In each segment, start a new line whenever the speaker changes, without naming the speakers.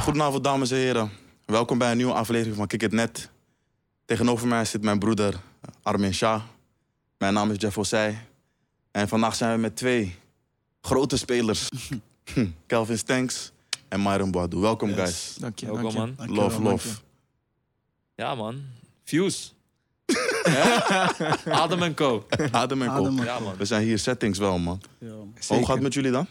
Goedenavond, dames en heren. Welkom bij een nieuwe aflevering van Kick It Net. Tegenover mij zit mijn broeder eh, Armin Shah. Mijn naam is Jeff Osei. En vandaag zijn we met twee grote spelers. Hm, Kelvin Stanks en Myron Boadu. Welkom,
Yes.
guys.
Dank je,
Welkom,
dank je.
man.
Dank je
Love,
wel,
love.
dank
Ja, man. Views. Ja. Adam en Co.
Adem
je.
en
Adem
kop.
maar.
Ja, man.
We zijn hier settings wel, man. Hoe
Zeker.
gaat het met jullie dan?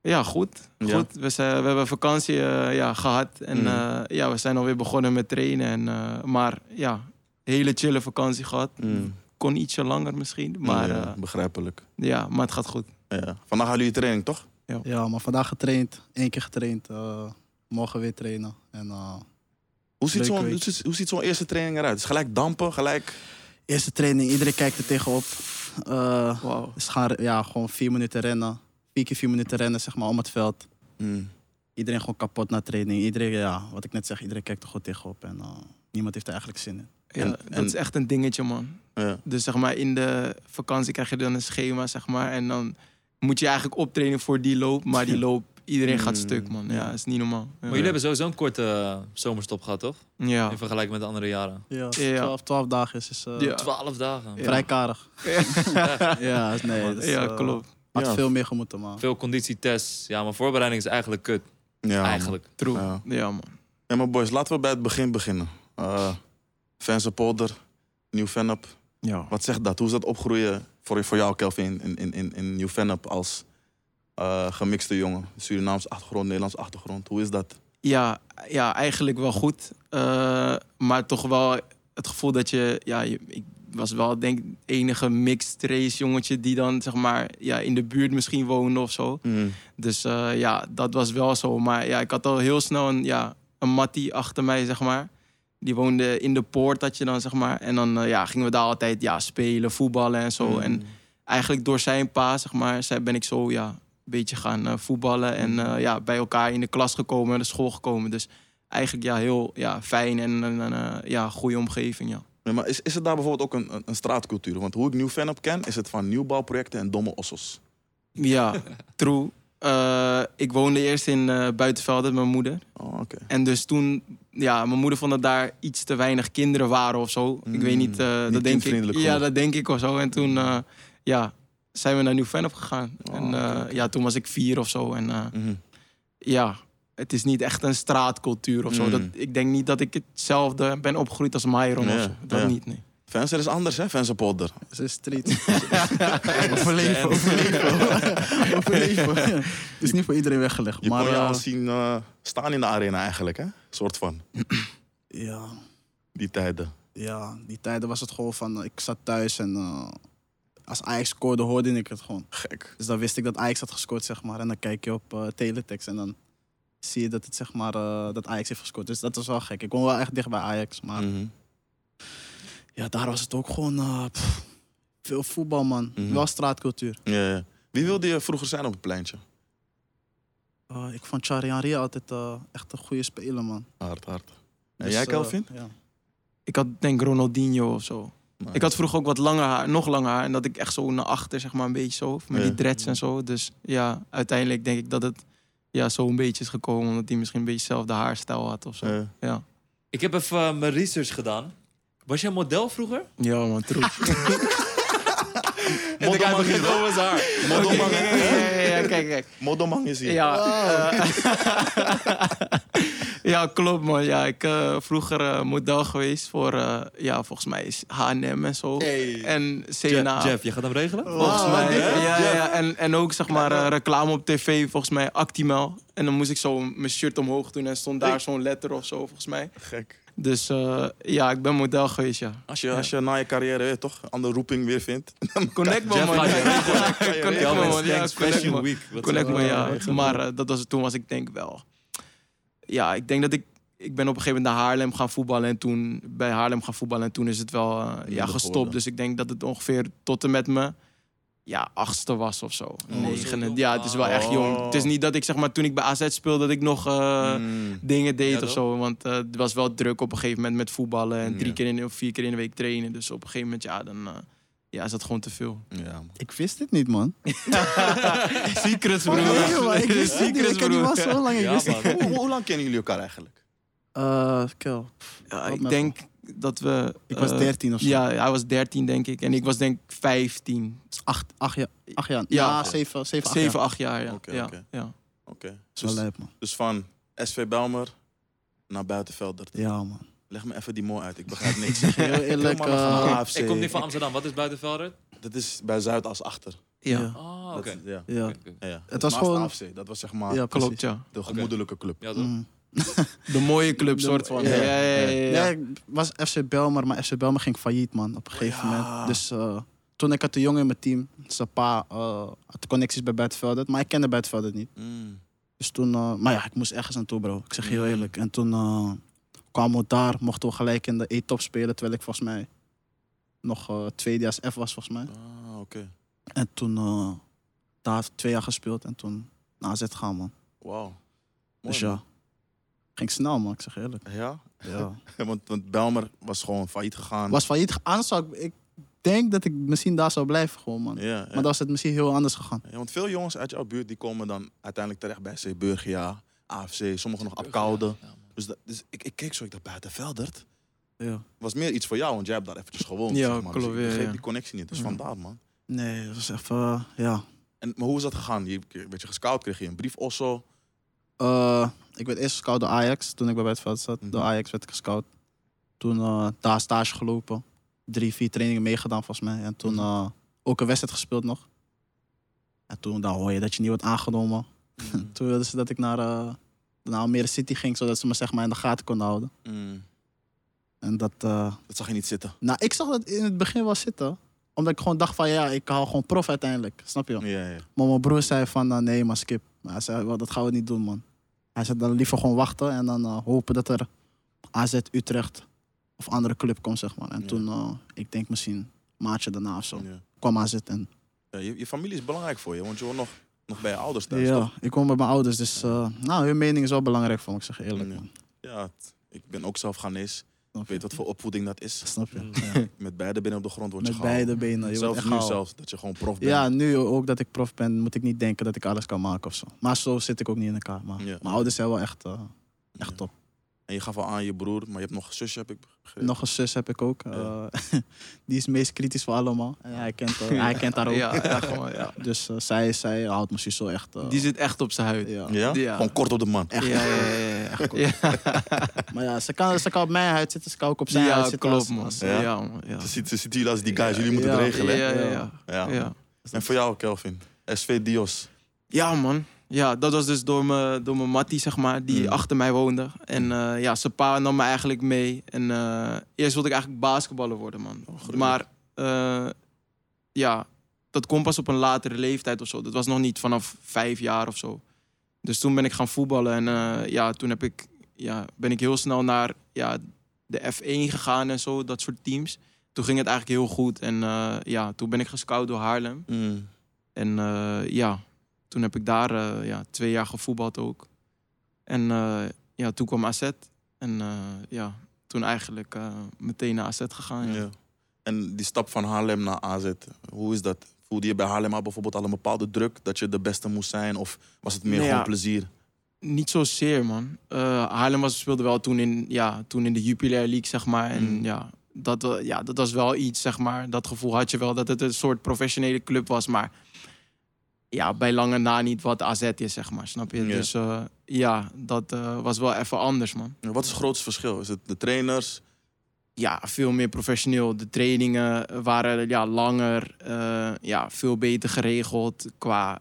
Ja, goed.
Ja.
goed. We, zijn, we hebben vakantie eh, ja, gehad. En
Mm.
eh, ja, we zijn alweer begonnen met trainen. En, eh, maar ja, hele chille vakantie gehad.
Mm.
Kon ietsje langer misschien. Maar eh,
Ja,
ja,
begrijpelijk.
ja maar het gaat goed.
Ja. Vandaag hadden jullie training, toch?
Ja, maar vandaag getraind. Eén keer getraind. eh, morgen weer trainen. En, eh,
Hoe ziet
Leuk
zo'n hoe
weekje.
ziet- hoe ziet zo'n eerste training eruit? Is gelijk dampen, gelijk...
eerste training, iedereen kijkt er tegenop. Eh
Wauw.
dus gaan, ja, gewoon vier minuten rennen. Vier keer vier minuten rennen, zeg maar, om het veld.
Mm.
Iedereen gewoon kapot na training. Iedereen, ja, wat ik net zeg, iedereen kijkt er goed tegenop. En eh, niemand heeft er eigenlijk zin in.
Ja,
En-
dat
en-
is echt een dingetje, man.
Ja.
Dus zeg maar, in de vakantie krijg je dan een schema, zeg maar. En dan moet je eigenlijk optrainen voor die loop. Maar die loop, iedereen gaat
Mm.
stuk, man. Ja, is niet normaal. Ja.
Maar jullie hebben sowieso een korte eh, zomerstop gehad, toch?
Ja.
In vergelijking met de andere jaren.
Ja,
Ja.
12, 12 dagen is, is eh,
Ja.
Twaalf dagen.
Ja.
vrij karig. ja, is- nee. Dus,
ja,
eh,
klopt.
Had
Ja.
veel meer gemoeten, man.
Veel conditietests. Ja, maar voorbereiding is eigenlijk kut.
Ja, man.
eigenlijk.
True.
Ja.
Ja, man.
Ja, maar boys, laten we bij het begin beginnen. Eh fans op polder, nieuw fan-up.
Ja.
Wat zegt dat? Hoe is dat opgroeien voor, voor jou, Kelvin, in, in, in, in nieuw fan-up als eh, gemixte jongen? Surinaams achtergrond, Nederlands achtergrond. Hoe is dat?
Ja, ja eigenlijk wel goed. Eh, maar toch wel het gevoel dat je... Ja, je- ik was wel denk ik, het enige mixed race jongetje... die dan zeg maar ja, in de buurt misschien woonde of zo. Dus eh, ja, dat was wel zo. Maar ja, ik had al heel snel een, ja, een mattie achter mij, zeg maar. Die woonde in de poort, had je dan, zeg maar. En dan eh, ja, gingen we daar altijd ja, spelen, voetballen en
Mm. Hmm.
zo. En eigenlijk door zijn pa, zeg maar, zij- ben ik zo ja, een beetje gaan eh, voetballen.
Mm.
En eh, ja, bij elkaar in de klas gekomen, naar de school gekomen. Dus eigenlijk ja, heel ja, fijn en een een, eh, ja, goede omgeving. Ja.
Nee, maar is, is er daar bijvoorbeeld ook een, een, een straatcultuur? Want hoe ik nieuw fan-up ken, is het van nieuwbouwprojecten en domme ossos.
ja, true. Eh, ik woonde eerst in eh Buitenvelde met mijn moeder.
Oh, oké.
En dus toen, ja, mijn moeder vond dat daar iets te weinig kinderen waren of zo.
Mm,
ik weet niet, eh,
niet
dat denk ik.
kindvriendelijk
Ja,
genoeg. Mm.
dat denk ik of zo. En toen, eh, ja, zijn we naar Nieuw Fan op gegaan.
Oh,
en eh,
oké, oké.
ja, toen was ik vier of zo. En eh,
Mhm.
ja, het is niet echt een straatcultuur of zo.
Mm.
Dat, ik denk niet dat ik hetzelfde ben opgegroeid als Myron
Ja,
of zo. Dat
ja.
niet, nee.
Fans, er is anders, hè? Fans op polder.
Het is street.
Overleven,
overleven. overleven. Het is niet voor iedereen weggelegd.
Je
maar
kon je
eh,
al zien eh, staan in de arena eigenlijk, hè? Soort van,
ja,
die tijden.
Ja, die tijden was het gewoon van, eh, ik zat thuis en eh, als Ajax scoorde hoorde ik het gewoon.
Gek.
Dus dan wist ik dat Ajax had gescoord, zeg maar. En dan kijk je op eh, teletext en dan zie je dat, het, zeg maar, eh, dat Ajax heeft gescoord. Dus dat was wel gek. Ik woon wel echt dicht bij Ajax. Maar
Mhm.
ja, daar was het ook gewoon eh, pff, veel voetbal, man.
Mhm.
Wel straatcultuur.
Ja, ja. Wie wilde je vroeger zijn op het pleintje?
Eh, ik vond Charianria altijd eh, echt een goede speler, man.
Hard, hard. En
Dus,
jij,
eh,
Kelvin?
ja.
Ik had denk Ronaldinho of zo. Ik had vroeger ook wat langer haar, nog langer haar. En dat ik echt zo naar achter, zeg maar, een beetje zo. Met
Ja.
die dreads en zo. Dus ja, uiteindelijk denk ik dat het ja, zo een beetje is gekomen. Omdat hij misschien een beetje zelf de haarstijl had of zo.
Eh,
Ik heb even eh, mijn research gedaan. Was jij model vroeger?
Ja, man, troef.
Modderman is hier,
over zijn haar.
hoor. Modderman-
kijk, kijk.
Modderman is hier.
Ja, eh, ja klopt, man. Ja, ik eh, vroeger eh, model geweest voor, eh, ja, volgens mij is H&M en zo. En CNA.
Jeff, je gaat hem regelen?
Volgens mij.
dit-
ja, ja,
ja.
ja. En, en ook zeg maar eh, reclame op tv, volgens mij Actimel. En dan moest ik zo mijn shirt omhoog doen en stond daar zo'n letter of zo, volgens mij.
Gek.
Dus eh, ja, ik ben model geweest, ja.
Als je, als je na je carrière weet je toch een andere roeping weer vindt.
Connect me,
Jeff
man.
gaat je regelen.
kan je
Connect
regelen.
me,
Calvin
man. Ja,
Stanks
connect
Fashion
me.
Week. Wat
Connect
zeg
me,
je?
ja.
Echt een
Maar eh, dat was, toen was ik denk wel... Ja, ik denk dat ik... Ik ben op een gegeven moment naar Haarlem gaan voetballen. En toen bij Haarlem gaan voetballen. En toen is het wel eh, ja,
Minder geworden.
gestopt. Dus ik denk dat het ongeveer tot en met me... Ja, achtste was of zo. Negende.
jong.
Ja, het is wel echt jong.
Oh.
Het is niet dat ik zeg maar toen ik bij AZ speelde... dat ik nog eh,
Mm.
dingen deed
Ja,
of
toch?
zo. Want eh, het was wel druk op een gegeven moment met voetballen. En drie
Ja.
keer in, of vier keer in de week trainen. Dus op een gegeven moment, ja, dan... eh, ja, is dat gewoon te veel.
Ja, man.
Ik wist dit niet, man.
Secrets,
Oh,
broer.
nee, man, ik wist dit niet. Ik
Secrets,
ken die
broer.
man zo lang. Ik
Ja,
wist
man.
het niet.
Hoe, hoe lang kennen jullie elkaar eigenlijk?
Eh, Kel,
Ja,
Wat
ik
nou?
denk dat we...
Ik was
eh,
13 of zo.
Ja, hij was 13 denk ik. En ik was denk ik 15.
Acht, acht jaar. Acht jaar.
Ja.
Ja, zeven, zeven, acht
7,
jaar.
8 jaar, ja.
Oké,
ja,
oké.
ja.
Oké.
Dat is wel
Dus,
eh. lijp, man.
dus van SV Belmer naar Buitenvelder.
Ja, man.
Leg me even die mooi uit, ik begrijp niks.
Heel eerlijk.
Heel mannen gaan
eh,
AFC.
Ik kom niet van Amsterdam. Wat is buitenvelder?
Dat is bij Zuidas achter.
Ja,
Ja.
Ah, oké.
Dat is- ja.
ja.
Oké,
Ja,
oké.
ja.
Het was
Maasde
gewoon-
AFC, dat was zeg maar
Ja,
klopt, ja.
de gemoedelijke club.
Ja, toch?
Mm.
De mooie club,
De-
soort van.
ja,
Ja, ja, ja.
Ja,
ja, ja.
ik was FC Belmer, maar FC Belmer ging failliet, man, op een gegeven
Ja.
moment. Dus eh, toen ik had de jongen in mijn team, zijn pa eh, had connecties bij Bedvelder, maar ik kende Bedvelder niet.
Mm.
Dus toen, eh, maar ja, ik moest ergens naartoe, bro. Ik zeg heel
Mm.
eerlijk. En toen eh, kwamen we daar, mochten we gelijk in de E-top spelen, terwijl ik volgens mij nog eh, tweedejaars F was, volgens mij.
Ah, oké.
En toen eh, daar twee jaar gespeeld en toen naar AZ gaan, man.
Wauw. Mooi,
dus ja,
man.
ging snel, man, ik zeg eerlijk.
Ja?
Ja.
Want, want Belmer was gewoon failliet gegaan.
was failliet gegaan. Zou ik, ik denk dat ik misschien daar zou blijven gewoon, man.
Ja, ja.
Maar dan was het misschien heel anders gegaan.
Ja, want veel jongens uit jouw buurt die komen dan uiteindelijk terecht bij C. Burgia, AFC, sommigen nog op Koude.
Ja, man.
Dus, dat, dus ik, ik keek zo, ik dacht, Buitenveldert
Ja.
was meer iets voor jou, want jij hebt daar eventjes gewoond.
Ja,
zeg maar. Dus
klopt,
ik
ja,
begreep
ja.
die connectie niet, dus
Ja.
vandaar man.
Nee, dat was even, eh, ja.
En, maar hoe is dat gegaan? Je werd je gescout, kreeg je een brief of zo?
Eh, ik werd eerst gescout door Ajax, toen ik bij Bedveld zat.
Mhm.
Door Ajax werd ik gescout. Toen eh, daar stage gelopen. Drie, vier trainingen meegedaan volgens mij. En toen eh, ook een wedstrijd gespeeld nog. En toen dan hoor je dat je niet wordt aangenomen.
Hmm.
Toen wilden ze dat ik naar, eh naar Almere City ging, zodat ze me zeg maar in de gaten konden houden.
Mm,
En dat, eh,
Dat zag je niet zitten.
Nou, ik zag dat in het begin wel zitten. Omdat ik gewoon dacht van ja, ik haal gewoon prof uiteindelijk. Snap je?
Ja, ja.
Maar mijn broer zei van nou, nee, maar skip. Maar Hij zei wel, dat gaan we niet doen, man. Hij zei dan liever gewoon wachten en dan eh, hopen dat er AZ Utrecht of andere club komt, zeg maar. En
Ja.
toen, eh, ik denk misschien een maandje daarna of zo,
Ja.
kwam AZ. En,
Ja, je, je familie is belangrijk voor je, want je hoort nog, nog bij je ouders thuis. toch?
ja, Dus ik kwam bij mijn ouders, dus eh, nou, hun mening is wel belangrijk voor me, ik zeg je eerlijk,
Ja.
man.
Ja, het- ik ben ook zelf Ghanese.
Snap
Ik weet
je?
wat voor opvoeding dat is.
Snap je?
Mm.
Ja.
Met beide benen op de grond word je
Met
gehouden.
beide benen. Je wordt
zelfs
echt
nu
gehaald.
zelfs, dat je gewoon prof bent.
Ja, nu ook dat ik prof ben, moet ik niet denken dat ik alles kan maken of zo. Maar zo zit ik ook niet in elkaar. nou, Maar
Ja.
mijn ouders zijn wel echt, eh, echt
Ja.
top.
En je gaf al aan je broer, maar je hebt nog een zusje, heb ik begrepen.
Nog een zus heb ik ook.
Ja.
eh, die is het meest kritisch voor allemaal. En hij kent, eh, hij kent haar ook.
Ja, ja, gewoon, ja.
Dus eh, zij, zij houdt me zo echt. eh,
Die zit echt op zijn huid.
ja.
Ja?
Ja.
Gewoon kort op de man.
Echt.
Ja, ja, ja, ja, ja.
Maar ja, ze kan, ze kan op mijn huid zitten, ze kan ook op zijn
Ja,
huid zitten.
klopt
als-
man.
als-
Ja?
Ja, man. Ja.
Ze ziet, ze ziet jullie als die guys, jullie moeten
Ja.
het regelen. hè?
Ja, ja,
Ja.
ja.
Ja.
ja.
En voor jou, Kelvin. SV Dios.
Ja, man. Ja, dat was dus door mijn door mijn mattie, zeg maar, die
Mm.
achter mij woonde. En eh, ja, zijn pa nam me eigenlijk mee. En eh, eerst wilde ik eigenlijk basketballer worden, man.
Oh, gelukkig.
maar eh, ja, dat kon pas op een latere leeftijd of zo. Dat was nog niet vanaf vijf jaar of zo. Dus toen ben ik gaan voetballen. En eh, ja, toen heb ik, ja, ben ik heel snel naar ja, de F1 gegaan en zo, dat soort teams. Toen ging het eigenlijk heel goed. En eh, ja, toen ben ik gescout door Haarlem.
Mm.
En eh, ja, toen heb ik daar eh, ja, twee jaar gevoetbald ook. En eh, ja, toen kwam AZ. En eh, ja, toen eigenlijk eh, meteen naar AZ gegaan. Ja.
Ja. En die stap van Haarlem naar AZ, hoe is dat? Voelde je bij Haarlem al bijvoorbeeld al een bepaalde druk dat je de beste moest zijn? Of was het meer
Nee,
gewoon
ja.
plezier?
Niet zozeer, man. Eh Haarlem was, speelde wel toen in, ja, toen in de Jupiler League, zeg maar. En
Mm.
ja, dat, wa- ja, dat was wel iets, zeg maar. Dat gevoel had je wel, dat het een soort professionele club was. Maar ja, bij lange na niet wat AZ is, zeg maar. Snap je?
Ja.
Dus eh, ja, dat eh, was wel even anders, man.
Wat is het grootste verschil? Is het de trainers?
ja, veel meer professioneel. De trainingen waren ja, langer, eh, ja, veel beter geregeld. Qua,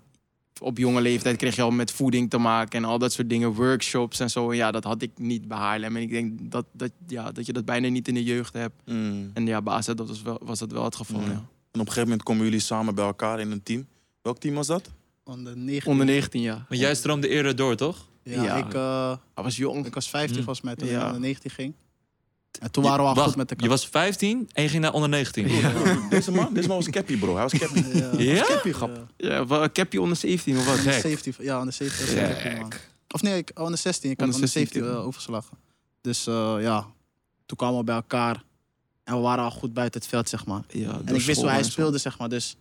op jonge leeftijd kreeg je al met voeding te maken en al dat soort dingen. Workshops en zo. En ja, dat had ik niet bij Haarlem. En ik denk dat, dat, ja, dat je dat bijna niet in de jeugd hebt.
Mm.
En ja, bij AZ dat was, wel, was dat wel het geval.
Ja.
Ja.
En op een gegeven moment komen jullie samen bij elkaar in een team. Welk team was dat?
Onder 19.
Onder 19, ja.
Maar jij stroomde eerder door, toch?
Ja,
Ja.
Ik, eh,
Hij was jong.
ik was 15
Mm.
volgens mij toen
Ja.
ik onder 19 ging. En toen waren we al
Wacht,
goed met elkaar.
Je was 15 en je ging naar onder 19.
Deze man? Deze man was Cappy, bro. Hij was Cappy.
Ja.
Ja?
Skippy, grap.
Ja, wa- ik heb je onder 17 of wat?
Gek.
Safety, ja, aan de safety. was ik
Gek.
happy, man. Of nee, ik, oh, aan de 16. Ik had
Onder
aan de
16
safety eh, overgeslagen. Dus eh, ja, toen kwamen we bij elkaar. En we waren al goed buiten het veld, zeg maar.
Ja,
En ik wist hoe hij speelde, zeg maar. Dus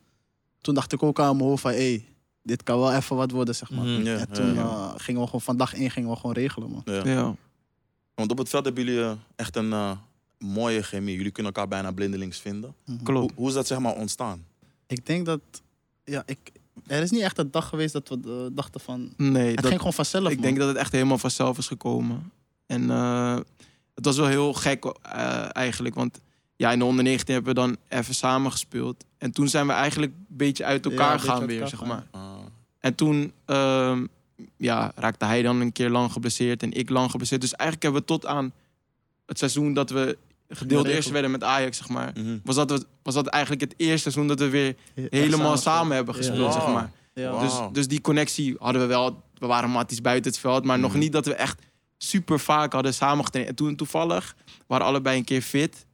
toen dacht ik ook aan mijn hoofd van, hé, dit kan wel even wat worden, zeg maar.
Mhm.
Ja,
En toen
ja, ja.
eh, gingen we gewoon van dag één gingen we gewoon regelen, man.
Ja.
Ja.
Want op het veld hebben jullie eh, echt een eh, mooie chemie. Jullie kunnen elkaar bijna blindelings vinden. Hoe,
Klopt.
hoe is dat zeg maar ontstaan?
Mhm. Ik denk dat, ja, ik, er is niet echt een dag geweest dat we eh, dachten van,
Nee,
het
dat,
ging gewoon vanzelf,
ik denk dat het echt helemaal vanzelf is gekomen. En eh, het was wel heel gek eh, eigenlijk. Want ja, in de onder 19 hebben we dan even samen gespeeld. En toen zijn we eigenlijk een beetje uit
Ja, een
elkaar
beetje
gaan
uit
weer,
elkaar
zeg
gaan.
maar.
Ah,
En toen ehm, ja, raakte hij dan een keer lang geblesseerd en ik lang geblesseerd. Dus eigenlijk hebben we tot aan het seizoen dat we gedeeld
Geregeld.
eerst werden met Ajax, zeg maar.
mhm.
Was dat, we- was dat eigenlijk het eerste seizoen dat we weer helemaal samen hebben
Ja.
gespeeld, zeg
Wauw.
maar.
Ja,
Wauw.
Dus, dus die connectie hadden we wel. We waren matties buiten het veld, maar nog
Mhm.
niet dat we echt super vaak hadden samengetraind. En toen toevallig waren allebei een keer fit.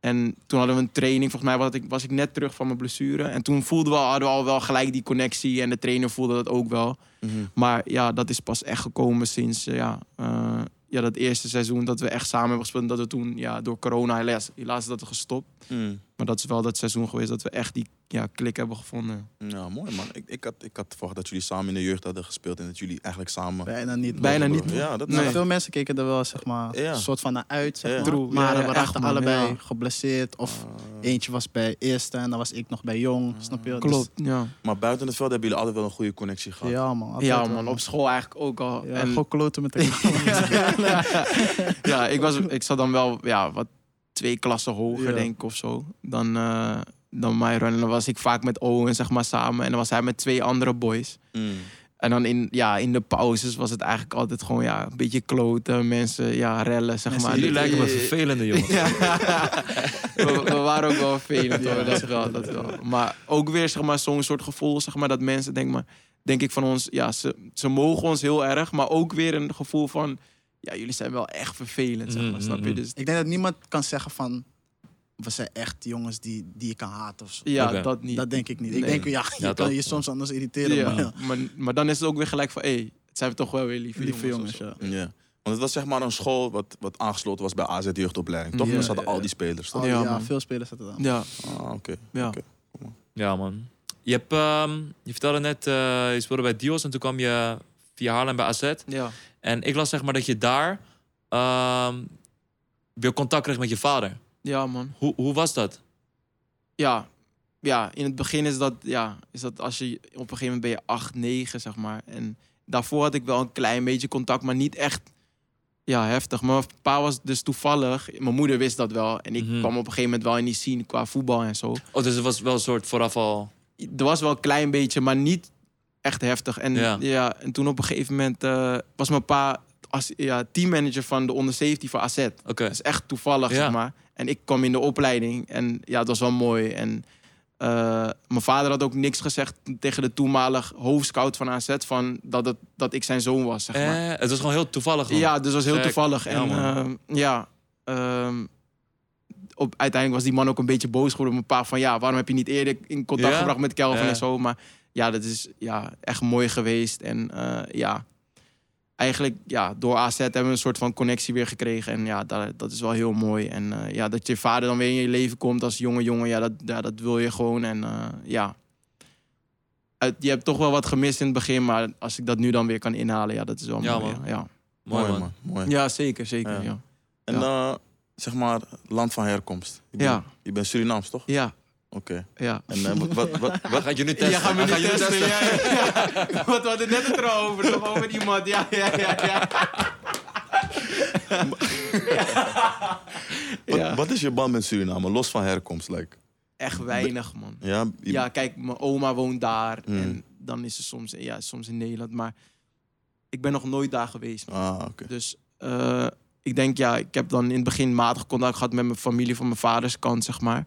En toen hadden we een training. Volgens mij was ik, was ik net terug van mijn blessure. En toen voelden we, al- hadden we al wel gelijk die connectie. En de trainer voelde dat ook wel.
Mhm.
Maar ja, dat is pas echt gekomen sinds eh, ja, eh, ja, dat eerste seizoen dat we echt samen hebben gespeeld. En dat we toen ja, door corona helaas, helaas is dat gestopt.
Mhm.
Maar dat is wel dat seizoen geweest dat we echt die ja, klik hebben gevonden.
Ja, mooi man. Ik, ik, had, ik had verwacht dat jullie samen in de jeugd hadden gespeeld en dat jullie eigenlijk samen.
Bijna niet. man.
Bijna niet.
Ja, dat
Nou,
Nee.
Veel mensen keken er wel, zeg maar,
Ja.
een soort van naar uit, zeg
Ja.
maar.
True.
Maar
Ja, ja,
we
echt,
raakten
man.
allebei
Ja.
geblesseerd. Of
Ah.
eentje was bij eerste en dan was ik nog bij jong,
Mm.
snap je? Dus-
Klopt, ja.
Maar buiten het veld hebben jullie altijd wel een goede connectie gehad.
ja, man. altijd
Ja,
wel,
man, op school eigenlijk ook al.
Ja,
en,
gewoon kloten met elkaar.
ja, ja ik, was, ik zat dan wel ja, wat twee klassen hoger,
Ja.
denk ik, of zo. Dan, eh dan Myron. En dan was ik vaak met Owen, zeg maar, samen. En dan was hij met twee andere boys.
Mm.
En dan in, ja, in de pauzes was het eigenlijk altijd gewoon ja, een beetje kloten, mensen ja, rellen, zeg
Mensen
maar.
die
Jullie
Dat-
lijken me
eh,
vervelende jongens.
Ja. we, we waren ook wel vervelend hoor, dat wel, dat wel. Maar ook weer zeg maar, zo'n soort gevoel zeg maar, dat mensen denk, maar, denk ik van ons... Ja, ze, ze mogen ons heel erg, maar ook weer een gevoel van... Ja, jullie zijn wel echt vervelend, zeg
Mm,
maar,
mm,
snap je?
mm.
Dus
ik denk dat niemand kan zeggen van, we zijn echt jongens die, die je kan haten of zo.
ja,
Oké.
dat niet.
Dat denk ik niet. Ik
Nee.
denk, ja, je
Ja,
kan
toch?
je soms anders irriteren.
ja,
maar ja.
maar, maar dan is het ook weer gelijk van... Hé, hey, het zijn we toch wel weer lieve,
Lieve
jongens.
jongens,
of zo.
ja.
Ja. Want het was zeg maar een school wat, wat aangesloten was bij AZ Jeugdopleiding. Toch?
Ja,
Er zaten
ja,
al
ja.
die spelers. Toch?
Al die-
Ja,
ja,
man.
veel spelers zaten daar.
Ja,
Ah, oké.
ja.
Oké.
Ja, man. Je, hebt, ehm, je vertelde net, eh, je speelde bij Dios en toen kwam je via Haarlem bij AZ.
ja.
En ik las zeg maar dat je daar ehm, weer contact kreeg met je vader.
Ja, man.
Hoe, hoe was dat?
ja, ja, in het begin is dat, ja, is dat als je op een gegeven moment ben je 8, 9, zeg maar. En daarvoor had ik wel een klein beetje contact, maar niet echt ja, heftig. Maar mijn pa was dus toevallig, mijn moeder wist dat wel. En ik
Mhm.
kwam op een gegeven moment wel in die scene qua voetbal en zo.
Oh, dus het was wel een soort vooraf al...
Er was wel een klein beetje, maar niet echt heftig. En, ja.
Ja.
en toen op een gegeven moment eh, was mijn pa als, ja, teammanager van de onder 17 van AZ.
Oké.
Dat is echt toevallig,
Ja.
zeg maar. En ik kwam in de opleiding en ja, het was wel mooi. En eh, mijn vader had ook niks gezegd tegen de toenmalig hoofdscout van AZ... Van dat, het, dat ik zijn zoon was, zeg maar.
Eh, het was gewoon heel toevallig. dan.
Ja, dus dat was heel
Gek.
toevallig. En
Ja,
ehm, ja, ehm, op, uiteindelijk was die man ook een beetje boos geworden op een paar van... ja, waarom heb je niet eerder in contact
Ja?
gebracht met Kelvin
Ja.
en zo? Maar ja, dat is ja, echt mooi geweest. En eh, ja, eigenlijk ja, door AZ hebben we een soort van connectie weer gekregen. En ja, dat, dat is wel heel mooi. En eh, ja, dat je vader dan weer in je leven komt als jonge jongen... ja, dat, ja, dat wil je gewoon. En eh, ja... Uit- Je hebt toch wel wat gemist in het begin, maar als ik dat nu dan weer kan inhalen, ja, dat is wel
Ja,
mooi.
man.
ja. ja.
Mooi, man.
Mooi.
Ja, zeker, zeker.
Ja.
Ja, ja.
En eh, zeg maar, land van herkomst. Je bent-
ja.
Je bent Surinaams, toch?
ja.
Oké. En eh, wat, wat, wat, wat,
Wat gaat je nu testen?
Ja, gaan we
Wat
nu
je
testen. Ja, ja, ja. Want we hadden net het erover, nog over iemand. Ja, ja, ja. ja.
wat,
Ja.
wat is je band met Suriname, los van herkomst? Like?
Echt weinig, man.
Ja, je-
Ja, kijk, mijn oma woont daar.
Hmm.
En dan is ze soms, ja, soms in Nederland. Maar ik ben nog nooit daar geweest. man.
Ah, oké.
Dus eh, ik denk, ja, ik heb dan in het begin matig contact gehad met mijn familie van mijn vaders kant, zeg maar.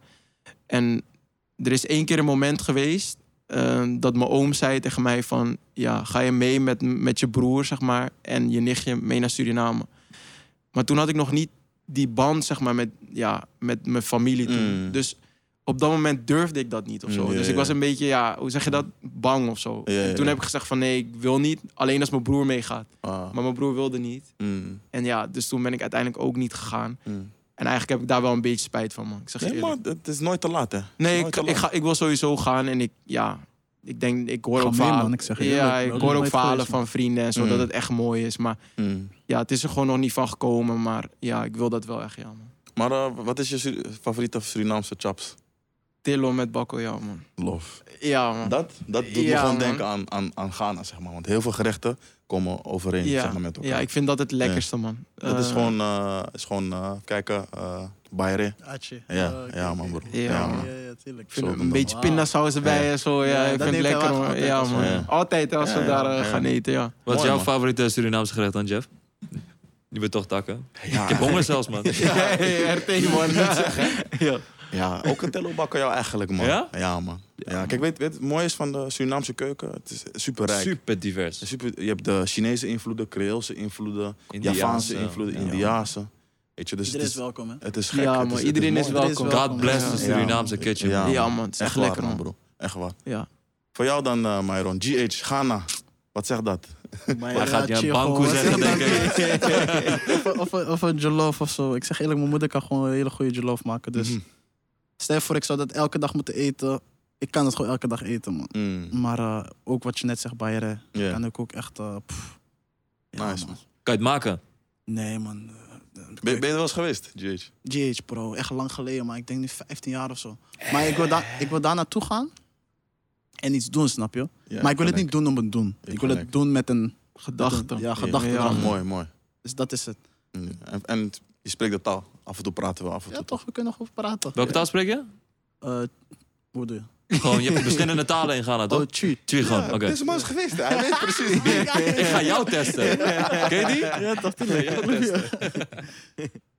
En er is één keer een moment geweest eh, dat mijn oom zei tegen mij van... Ja, ga je mee met, met je broer, zeg maar, en je nichtje mee naar Suriname. Maar toen had ik nog niet die band, zeg maar, met, ja, met mijn familie toen.
Mm.
Dus op dat moment durfde ik dat niet of zo.
Mm, ja,
dus ik
ja.
was een beetje, ja, hoe zeg je dat? Bang of zo.
Ja, ja,
En toen
ja.
heb ik gezegd van nee, ik wil niet. Alleen als mijn broer meegaat.
Ah,
Maar mijn broer wilde niet.
mm,
En ja, dus toen ben ik uiteindelijk ook niet gegaan.
mm.
En En eigenlijk heb ik daar wel een beetje spijt van, man. Ik zeg je
Nee,
eerlijk.
maar het is nooit te laat, hè?
Nee, ik,
nooit te
ik,
laat.
ga, ik wil sowieso gaan en ik, ja, ik denk, ik hoor
Ga
ook
mee,
verhalen.
man. Ik zeg je
ja,
eerlijk,
ik
ik
hoor
ben
ook
nooit
verhalen
geweest,
van
man.
vrienden en zo,
Mm.
dat het echt mooi is. Maar
Mm.
ja, het is er gewoon nog niet van gekomen. Maar ja, ik wil dat wel echt, ja, man.
Maar eh, wat is je Suri- favoriete Surinaamse chaps?
Tillo met bakkel, ja, man.
Love.
Ja, man.
Ah. Dat, dat doet me
Ja,
gewoon
man.
denken aan, aan, aan Ghana, zeg maar. Want heel veel gerechten komen overeen
ja.
zeg maar, met elkaar.
ja, ik vind dat het lekkerste, man.
Dat is
Eh,
gewoon, eh, is gewoon eh, kijken, eh Bayre.
Atje.
Ja, ja, man, broer.
Oh, Ja,
Ja, man.
man.
tuurlijk.
Ik vind
Zo
een
dan.
beetje
Wauw.
pindasaus erbij
Ja.
en zo. Ja,
Ja,
ik
dat
vind
neemt
het
hij wel
lekker,
echt
man.
altijd
Ja,
als eh,
man.
we- Ja.
Altijd als we
Ja,
daar
ja, ja.
eh, gaan eten, ja.
Wat is
Mooi,
jouw
man.
favoriete Surinaamse gerecht dan, Jeff? Je bent toch takken.
Ja,
Ik
Ah.
heb honger zelfs, man.
Ja, RT, man. Ja.
Ja, ook een tellobakker jou eigenlijk, man.
Ja?
man. Ja, kijk, weet, weet, het mooie is van de Surinaamse keuken, het is superrijk.
Super divers.
Super, je hebt de Chinese invloeden, Creoolse invloeden,
Indiaanse,
Javaanse invloeden,
ja.
Indiaanse. Weet je, dus
Iedereen is
het,
welkom, hè?
is, het is gek.
Ja,
het
man,
het
iedereen
mooi.
is
Iedereen is
welkom.
God bless
Ja.
the Surinaamse kitchen.
Ja, man.
man.
Ja, man. Het is echt
waar,
lekker, man.
bro. Echt waar.
Ja.
Voor jou dan, eh Myron. GH, Ghana. Wat zegt dat?
Maar
Hij gaat je
chill,
een bankoe
gewoon.
zeggen, denk ik.
Of, een- of, een- of een jollof of zo. Ik zeg eerlijk, mijn moeder kan gewoon een hele goede jollof maken. Dus
Mhm.
stel je voor, ik zou dat elke dag moeten eten. Ik kan het gewoon elke dag eten, man.
Mm,
Maar eh, ook wat je net zegt, Bayern,
yeah.
kan ik ook echt... eh, pff. Ja,
Nice,
man.
Kan je het maken?
Nee, man. eh,
Ben, ben je er wel eens geweest, GH?
GH, bro. Echt lang geleden, maar ik denk nu 15 jaar of zo. Maar ik wil,
Eh.
daar ik wil daar naartoe gaan en iets doen, snap je?
Ja,
maar ik wil het
gelijk.
niet doen om het doen. Ik, wil
gelijk.
het doen met een
Gedachten.
Ja, gedachte.
Ja.
erachter.
Mooi, mooi.
Dus dat is het.
Mm, En, en je spreekt de taal. Af en toe praten we, af en toe.
Ja, toch, we kunnen nog over praten.
Welke taal spreek je?
Eh, hoe doe je?
Gewoon, je hebt verschillende talen in Ghana, toch?
Oh, tjie.
Twee gewoon, oké.
Deze man is geweest, hij weet precies.
Ik ga jou testen. Ken je die? Ja, dat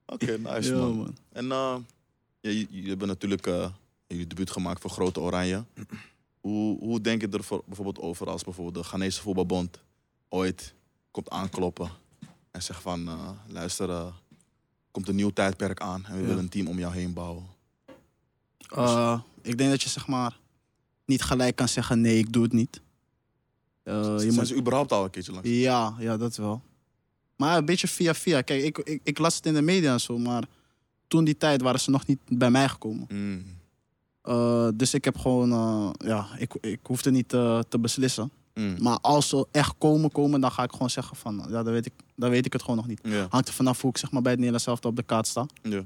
Oké, nice
Ja,
man.
man.
En eh, ja, je- jullie hebben natuurlijk eh, jullie debuut gemaakt voor Grote Oranje. Hoe, hoe denk je er voor, bijvoorbeeld over als bijvoorbeeld de Ghanese voetbalbond ooit komt aankloppen en zegt van eh, luister, eh, komt een nieuw tijdperk aan en we
Ja.
willen een team om jou heen bouwen.
Eh, ik denk dat je zeg maar niet gelijk kan zeggen: nee, ik doe het niet. Eh,
Zijn
je moet,
ze überhaupt al een keertje langs?
ja, ja, dat wel. Maar een beetje via via. Kijk, ik, ik, ik las het in de media en zo, maar toen die tijd waren ze nog niet bij mij gekomen.
Mm,
Eh, dus ik heb gewoon, eh, ja, ik, ik hoefde niet eh, te beslissen.
mm,
Maar als ze echt komen, komen, dan ga ik gewoon zeggen: van ja, dan weet ik, dan weet ik het gewoon nog niet.
Ja,
Hangt er vanaf hoe ik zeg maar, bij het Nederlands zelf op de kaart sta.
ja.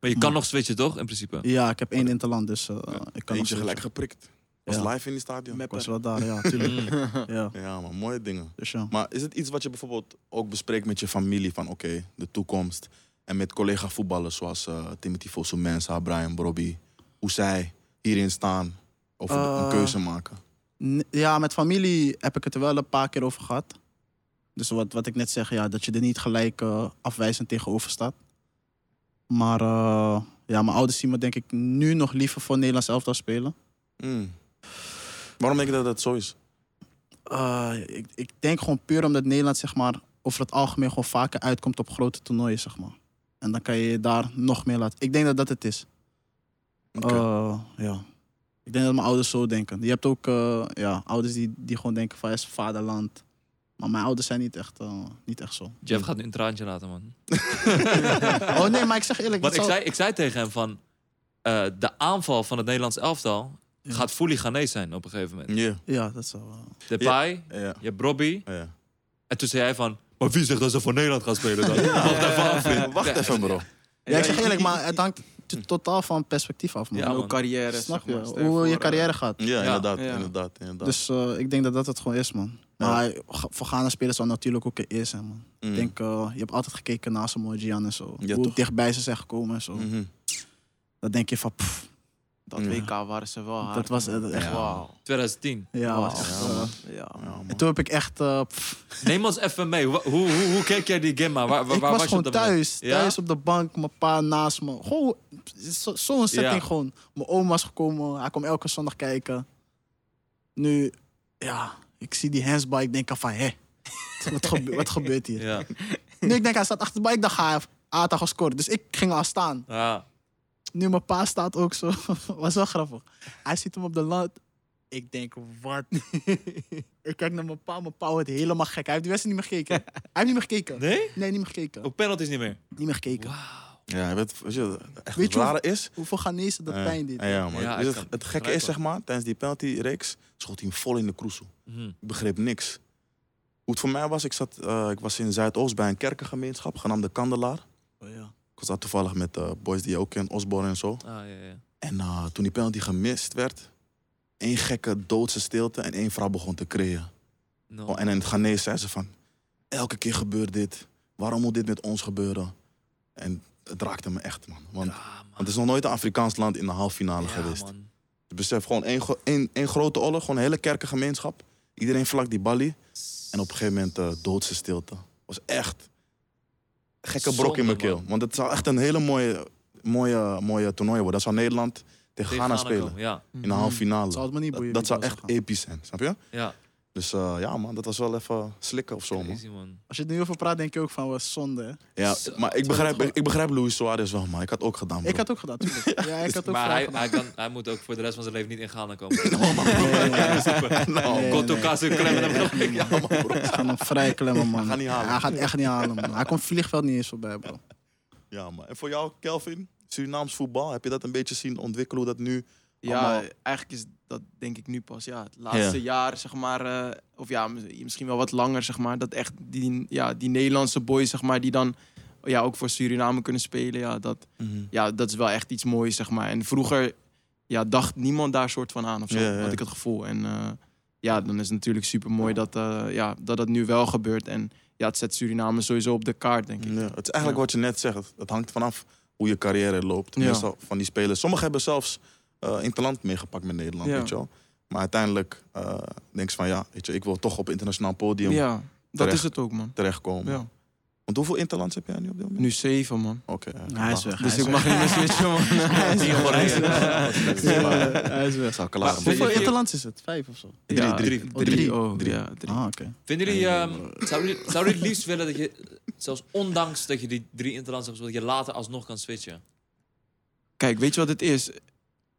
Maar je kan nog switchen, toch? In principe.
Ja, ik heb één interland, dus eh, ik kan nog
Eentje
steeds-
gelijk geprikt. Was
Ja.
live in die stadion.
Ik was wel daar, ja, tuurlijk.
Mm.
ja,
Ja man, mooie dingen.
dus ja.
Maar is het iets wat je bijvoorbeeld ook bespreekt met je familie van oké, de toekomst en met collega voetballers zoals eh Timothy Fosu-Mensah, Brian Brobby, hoe zij hierin staan of een- een
Eh,
keuze maken?
N- Ja, met familie heb ik het er wel een paar keer over gehad. Dus wat, wat ik net zeg, ja, dat je er niet gelijk eh, afwijzend tegenover staat. Maar eh, ja, mijn ouders zien me denk ik nu nog liever voor Nederlands elftal spelen.
Mm. Waarom denk je dat dat zo is?
Eh, ik, ik denk gewoon puur omdat Nederland zeg maar, over het algemeen gewoon vaker uitkomt op grote toernooien. Zeg maar. En dan kan je je daar nog meer laten. Ik denk dat dat het is.
Oké.
Eh, ja. Ik denk dat mijn ouders zo denken. Je hebt ook eh, ja, ouders die, die gewoon denken van het is vaderland. Maar mijn ouders zijn niet echt, eh, niet echt zo.
Jeff gaat nu een traantje laten, man.
Oh nee, maar ik zeg eerlijk. dat
Want ik
zou-
zei, ik zei tegen hem van... eh, de aanval van het Nederlands elftal
Ja.
gaat fully Ghanese zijn op een gegeven moment.
Ja,
Ja, dat zou.
Depay,
ja,
je hebt Robbie.
ja.
En toen zei hij van... Maar wie zegt dat ze voor Nederland gaan spelen dan? Wacht even af, vriend.
Wacht even bro.
Eh, ja, ik zeg eerlijk, maar het hangt t- totaal van perspectief af. Man.
Ja,
En
man.
Hoe carrière,
Snap
zeg
je?
maar, stel
Hoe je
voor, eh,
carrière gaat.
Ja, inderdaad,
ja.
inderdaad, inderdaad.
Dus eh, ik denk dat dat het gewoon is, man. Maar ga- voor Ghana spelers zal natuurlijk ook een eer zijn, man.
Mm.
Ik denk, eh, je hebt altijd gekeken naar Samoa Gyan en zo.
Ja,
Hoe
toch?
dichtbij ze zijn gekomen en zo.
Mhm.
Dan denk je van, pff,
Dat
Ja.
WK waren ze wel hard.
dat was
man.
het echt.
Ja.
Wauw.
2010.
Ja, was
Wauw.
echt,
Ja,
eh,
man.
Ja,
Ja, man.
en toen heb ik echt, eh, pff,
Neem ons even mee. Wa- Hoe, hoe, hoe keek jij die game aan? Waar, waar,
ik
waar
was,
was je
gewoon
op dat moment?
thuis.
Ja?
Thuis op de bank, mijn pa naast me. Gewoon zo- zo'n setting
Ja.
gewoon. Mijn oom was gekomen, hij kwam elke zondag kijken. Nu, ja, ik zie die handsbike, ik denk van, hé, wat, gebe- wat gebeurt hier?
Ja.
Nu, ik denk, hij staat achter de bal. Ik dacht, hij heeft Ata gescoord. Dus ik ging al staan.
Ah.
Nu mijn pa staat ook zo. Was wel grappig. Hij ziet hem op de land. Ik denk, wat? ik kijk naar mijn pa. Mijn pa wordt helemaal gek. Hij heeft die wedstrijd niet meer gekeken. Hij heeft niet meer gekeken.
Nee?
Nee, niet meer gekeken.
Ook penalties niet meer.
Niet meer gekeken.
Wauw.
Ja, je weet, weet je, echt
Weet
het
je hoe-
rare is...
Hoeveel Ghanese dat
Ja.
pijn dit?
Ja, ja, maar
Ja,
dus
ik
het,
kan
het gekke
begrijpen.
is, zeg maar, tijdens die penalty-reeks schoot hij hem vol in de kroesel.
Mhm.
Ik begreep niks. Hoe het voor mij was, ik, zat, eh, ik was in Zuidoost bij een kerkengemeenschap, genaamd de Kandelaar.
Oh, ja.
Ik was daar toevallig met eh, boys die je ook kent, Osborne en zo.
Ah, ja, ja.
En eh, toen die penalty gemist werd, één gekke doodse stilte en één vrouw begon te kreeën.
No.
Oh, en in het Ghanese zei ze van, elke keer gebeurt dit. Waarom moet dit met ons gebeuren? En het raakte me echt, man. Want, want
Ja, Ah, man.
het is nog nooit een Afrikaans land in de halffinale
Ja,
geweest.
man.
Dus besef, gewoon één, gro- één, één grote olle, gewoon een hele kerkengemeenschap. Iedereen vlak die balie. En op een gegeven moment eh, doodse stilte. Was echt een gekke brok
Zonde,
in mijn keel.
man.
Want het zou echt een hele mooie, mooie, mooie toernooi worden. Dat zou Nederland tegen,
Tegen
Ghana spelen.
komen, Ja,
Mm-hmm.
In de
Mhm.
halve finale.
Het zou het me niet
Dat,
boeien.
dat
wie
zou
was
echt
gegaan.
episch zijn, snap je?
ja.
Dus eh, ja man, dat was wel even slikken of zo man.
Crazy, man.
Als je er nu over praat, denk ik ook van, wat zonde. hè.
Ja,
Zo,
maar ik begrijp, ik, ik begrijp Luis Suarez wel man. Ik had ook gedaan bro.
Ik had ook gedaan, tuurlijk. Ja, ik had ook
Maar
graag
hij,
gedaan.
hij, kan, hij moet ook voor de rest van zijn leven niet in Ghana komen.
Oh, man, bro.
Nee, nee, nee.
Nou,
Nee,
Koto
nee.
Kazu klemmen hem nog.
Ja man bro.
Hij gaat hem vrij klemmen, man.
Hij gaat niet halen.
Hij gaat echt niet halen, man. Hij komt vliegveld niet eens voorbij, bro.
Ja man. En voor jou Kelvin, Surinaams voetbal. Heb je dat een beetje zien ontwikkelen hoe dat nu...
Ja,
Allemaal-
eigenlijk is dat denk ik nu pas. Ja, het laatste jaar, zeg maar, eh, of ja, mis- misschien wel wat langer, zeg maar, dat echt die, ja, die Nederlandse boys, zeg maar, die dan ja, ook voor Suriname kunnen spelen. Ja dat, ja, dat is wel echt iets moois, zeg maar. En vroeger ja, dacht niemand daar soort van aan of zo,
Ja, ja.
had ik het gevoel. En eh, ja, dan is het natuurlijk super mooi dat, eh, ja, dat dat nu wel gebeurt. En ja, het zet Suriname sowieso op de kaart, denk ik.
Ja, het is eigenlijk
Ja.
wat je net zegt. Het- Het hangt vanaf hoe je carrière loopt.
Ja.
Meestal van die spelers. Sommigen hebben zelfs eh interland meegepakt met Nederland,
Ja.
weet je wel. Maar uiteindelijk eh denk ze van ja, weet je, ik wil toch op internationaal podium
Ja, dat
Terecht.
is het ook, man.
terechtkomen.
Ja.
Want hoeveel interlands heb jij nu op dit moment?
Nu zeven, man.
Oké. eh, ja.
Hij is weg.
Dus
hij is
ik mag
weg.
niet meer switchen, man.
Hij is weg, hij is
Ja.
weg. Ja, Hij is
Dat
weg.
zou klaar
Maar
zijn.
Hoeveel interlands is het? Vijf of zo?
Drie,
Ja,
drie.
Oh, drie.
Oh,
Drie.
ja, drie.
Ah, oké.
Vinden jullie,
Nee,
ehm, zouden jullie, zouden jullie het liefst willen dat je, zelfs ondanks dat je die drie interlands hebt, gespeeld, dat je later alsnog kan switchen?
Kijk, weet je wat het is?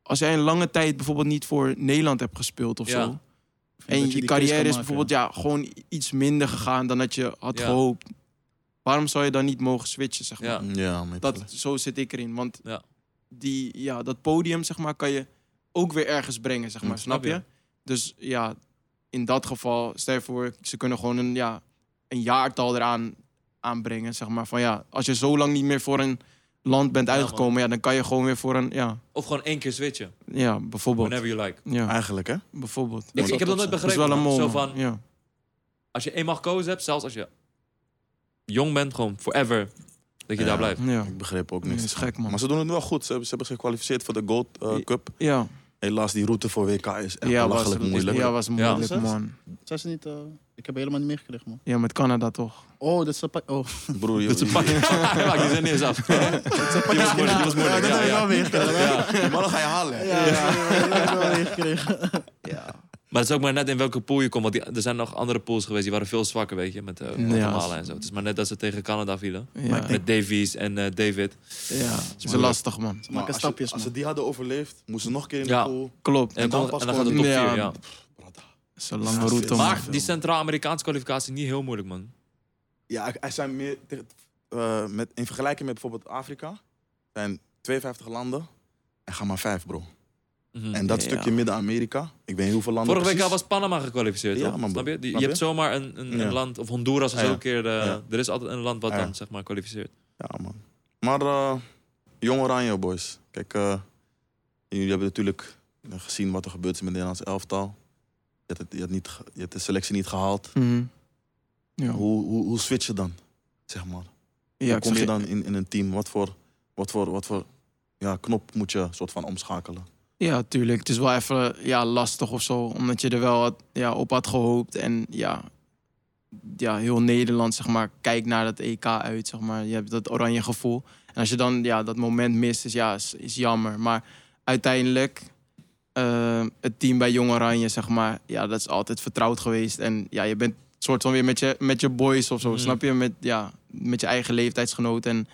Als jij een lange tijd bijvoorbeeld niet voor Nederland hebt gespeeld of
Ja.
zo.
Dat
En je,
die keus
carrière
kan
is
maken,
bijvoorbeeld ja, gewoon iets minder gegaan dan dat je had
Ja.
gehoopt. Waarom zou je dan niet mogen switchen, zeg maar?
Ja.
Ja, maar
Dat, zo zit ik erin. Want
Ja.
die, ja, dat podium, zeg maar, kan je ook weer ergens brengen, zeg maar.
Mm,
snap je?
snap
Dus ja, in dat geval, stel je voor, ze kunnen gewoon een, ja, een jaartal eraan aanbrengen, zeg maar. Van ja, als je zo lang niet meer voor een land bent
Ja, man.
uitgekomen, ja, dan kan je gewoon weer voor een, ja,
Of gewoon één keer switchen?
ja bijvoorbeeld.
Whenever you like.
Ja,
Eigenlijk hè?
bijvoorbeeld.
Ik,
zou
ik heb
top
dat nooit
zijn.
Dat is
begrepen.
wel een
man.
mol.
Zo
man.
van,
ja.
als je eenmaal gekozen hebt, zelfs als je jong bent, gewoon forever, dat je
Ja.
daar blijft.
Ja.
Ik begreep ook
Nee,
niks.
dat is gek, man.
Maar ze doen het wel goed. Ze hebben, ze hebben zich gekwalificeerd voor de Gold eh,
Ja.
Cup.
Ja,
Helaas, die route voor WK is echt
ja, was,
belachelijk moeilijk.
ja, was moeilijk,
Ja.
man.
Zijn ze niet... eh, Ik heb helemaal niet meegekregen, man.
Ja, met Canada toch.
Oh, dat is een pak... Oh,
Broer,
Dat is
joh,
een pakje. Maakt niet eens af.
dat is een pak...
Die was moeilijk, die was moeilijk.
dat
Ja,
heb ik
ja.
wel meegekregen. hè?
Ja.
die mannen ga je halen. hè?
Ja, ja, dat heb ik wel meegekregen.
Maar het is ook maar net in welke pool je komt. Want die- er zijn nog andere pools geweest die waren veel zwakker, weet je. Met eh Guatemala
Ja.
en zo. Het is maar net dat ze tegen Canada vielen.
Ja,
ik
Met Davies en eh, David.
ja. Het is
moeilijk.
lastig, man.
Ze maken
als, je,
stapjes,
als ze
man.
die hadden overleefd, moesten ze nog een keer in
Ja.
de pool.
Klopt.
En,
dan
dan,
pas
en dan gaat het top
komen.
4,
Ja.
ja.
Brada.
Het is een lange
Ja,
route,
veel.
man.
Maar die Centraal-Amerikaanse kwalificatie niet heel moeilijk, man.
Ja, er zijn meer. eh, met, in vergelijking met bijvoorbeeld Afrika, zijn 52 landen en ga maar vijf, bro.
Mhm.
En dat
Ja.
stukje Midden-Amerika, ik weet niet hoeveel landen.
Vorige week
precies.
was Panama gekwalificeerd,
Ja,
toch?
man,
Snap je? Die-
snap
je
je?
hebt zomaar een, een, een
Ja.
land, of Honduras was
Ja.
ook een keer... de-
Ja.
Er is altijd een land wat
Ja.
dan, zeg maar, kwalificeert.
Ja, man. Maar eh Jong Oranje, boys. Kijk, eh, jullie hebben natuurlijk eh, gezien wat er gebeurd is met het Nederlands elftal. Je hebt, het, je, hebt niet, ge- je hebt de selectie niet gehaald.
Mhm. Ja.
Hoe, hoe, hoe switch je dan, zeg maar?
Ja,
hoe
ik
kom
zeg
je
je-
dan in, in een team? Wat voor, wat voor, wat voor ja, knop moet je soort van omschakelen?
ja, tuurlijk. Het is wel even ja, lastig of zo. Omdat je er wel had- ja, op had gehoopt. En ja, ja, heel Nederland, zeg maar, kijkt naar dat EK uit, zeg maar. Je hebt dat oranje gevoel. En als je dan ja, dat moment mist, is, ja, is, is jammer. Maar uiteindelijk, eh, het team bij Jong Oranje, zeg maar, ja, dat is altijd vertrouwd geweest. En ja, je bent soort van weer met je, met je boys of zo,
Mm.
snap je? Met, ja, met je eigen leeftijdsgenoten. En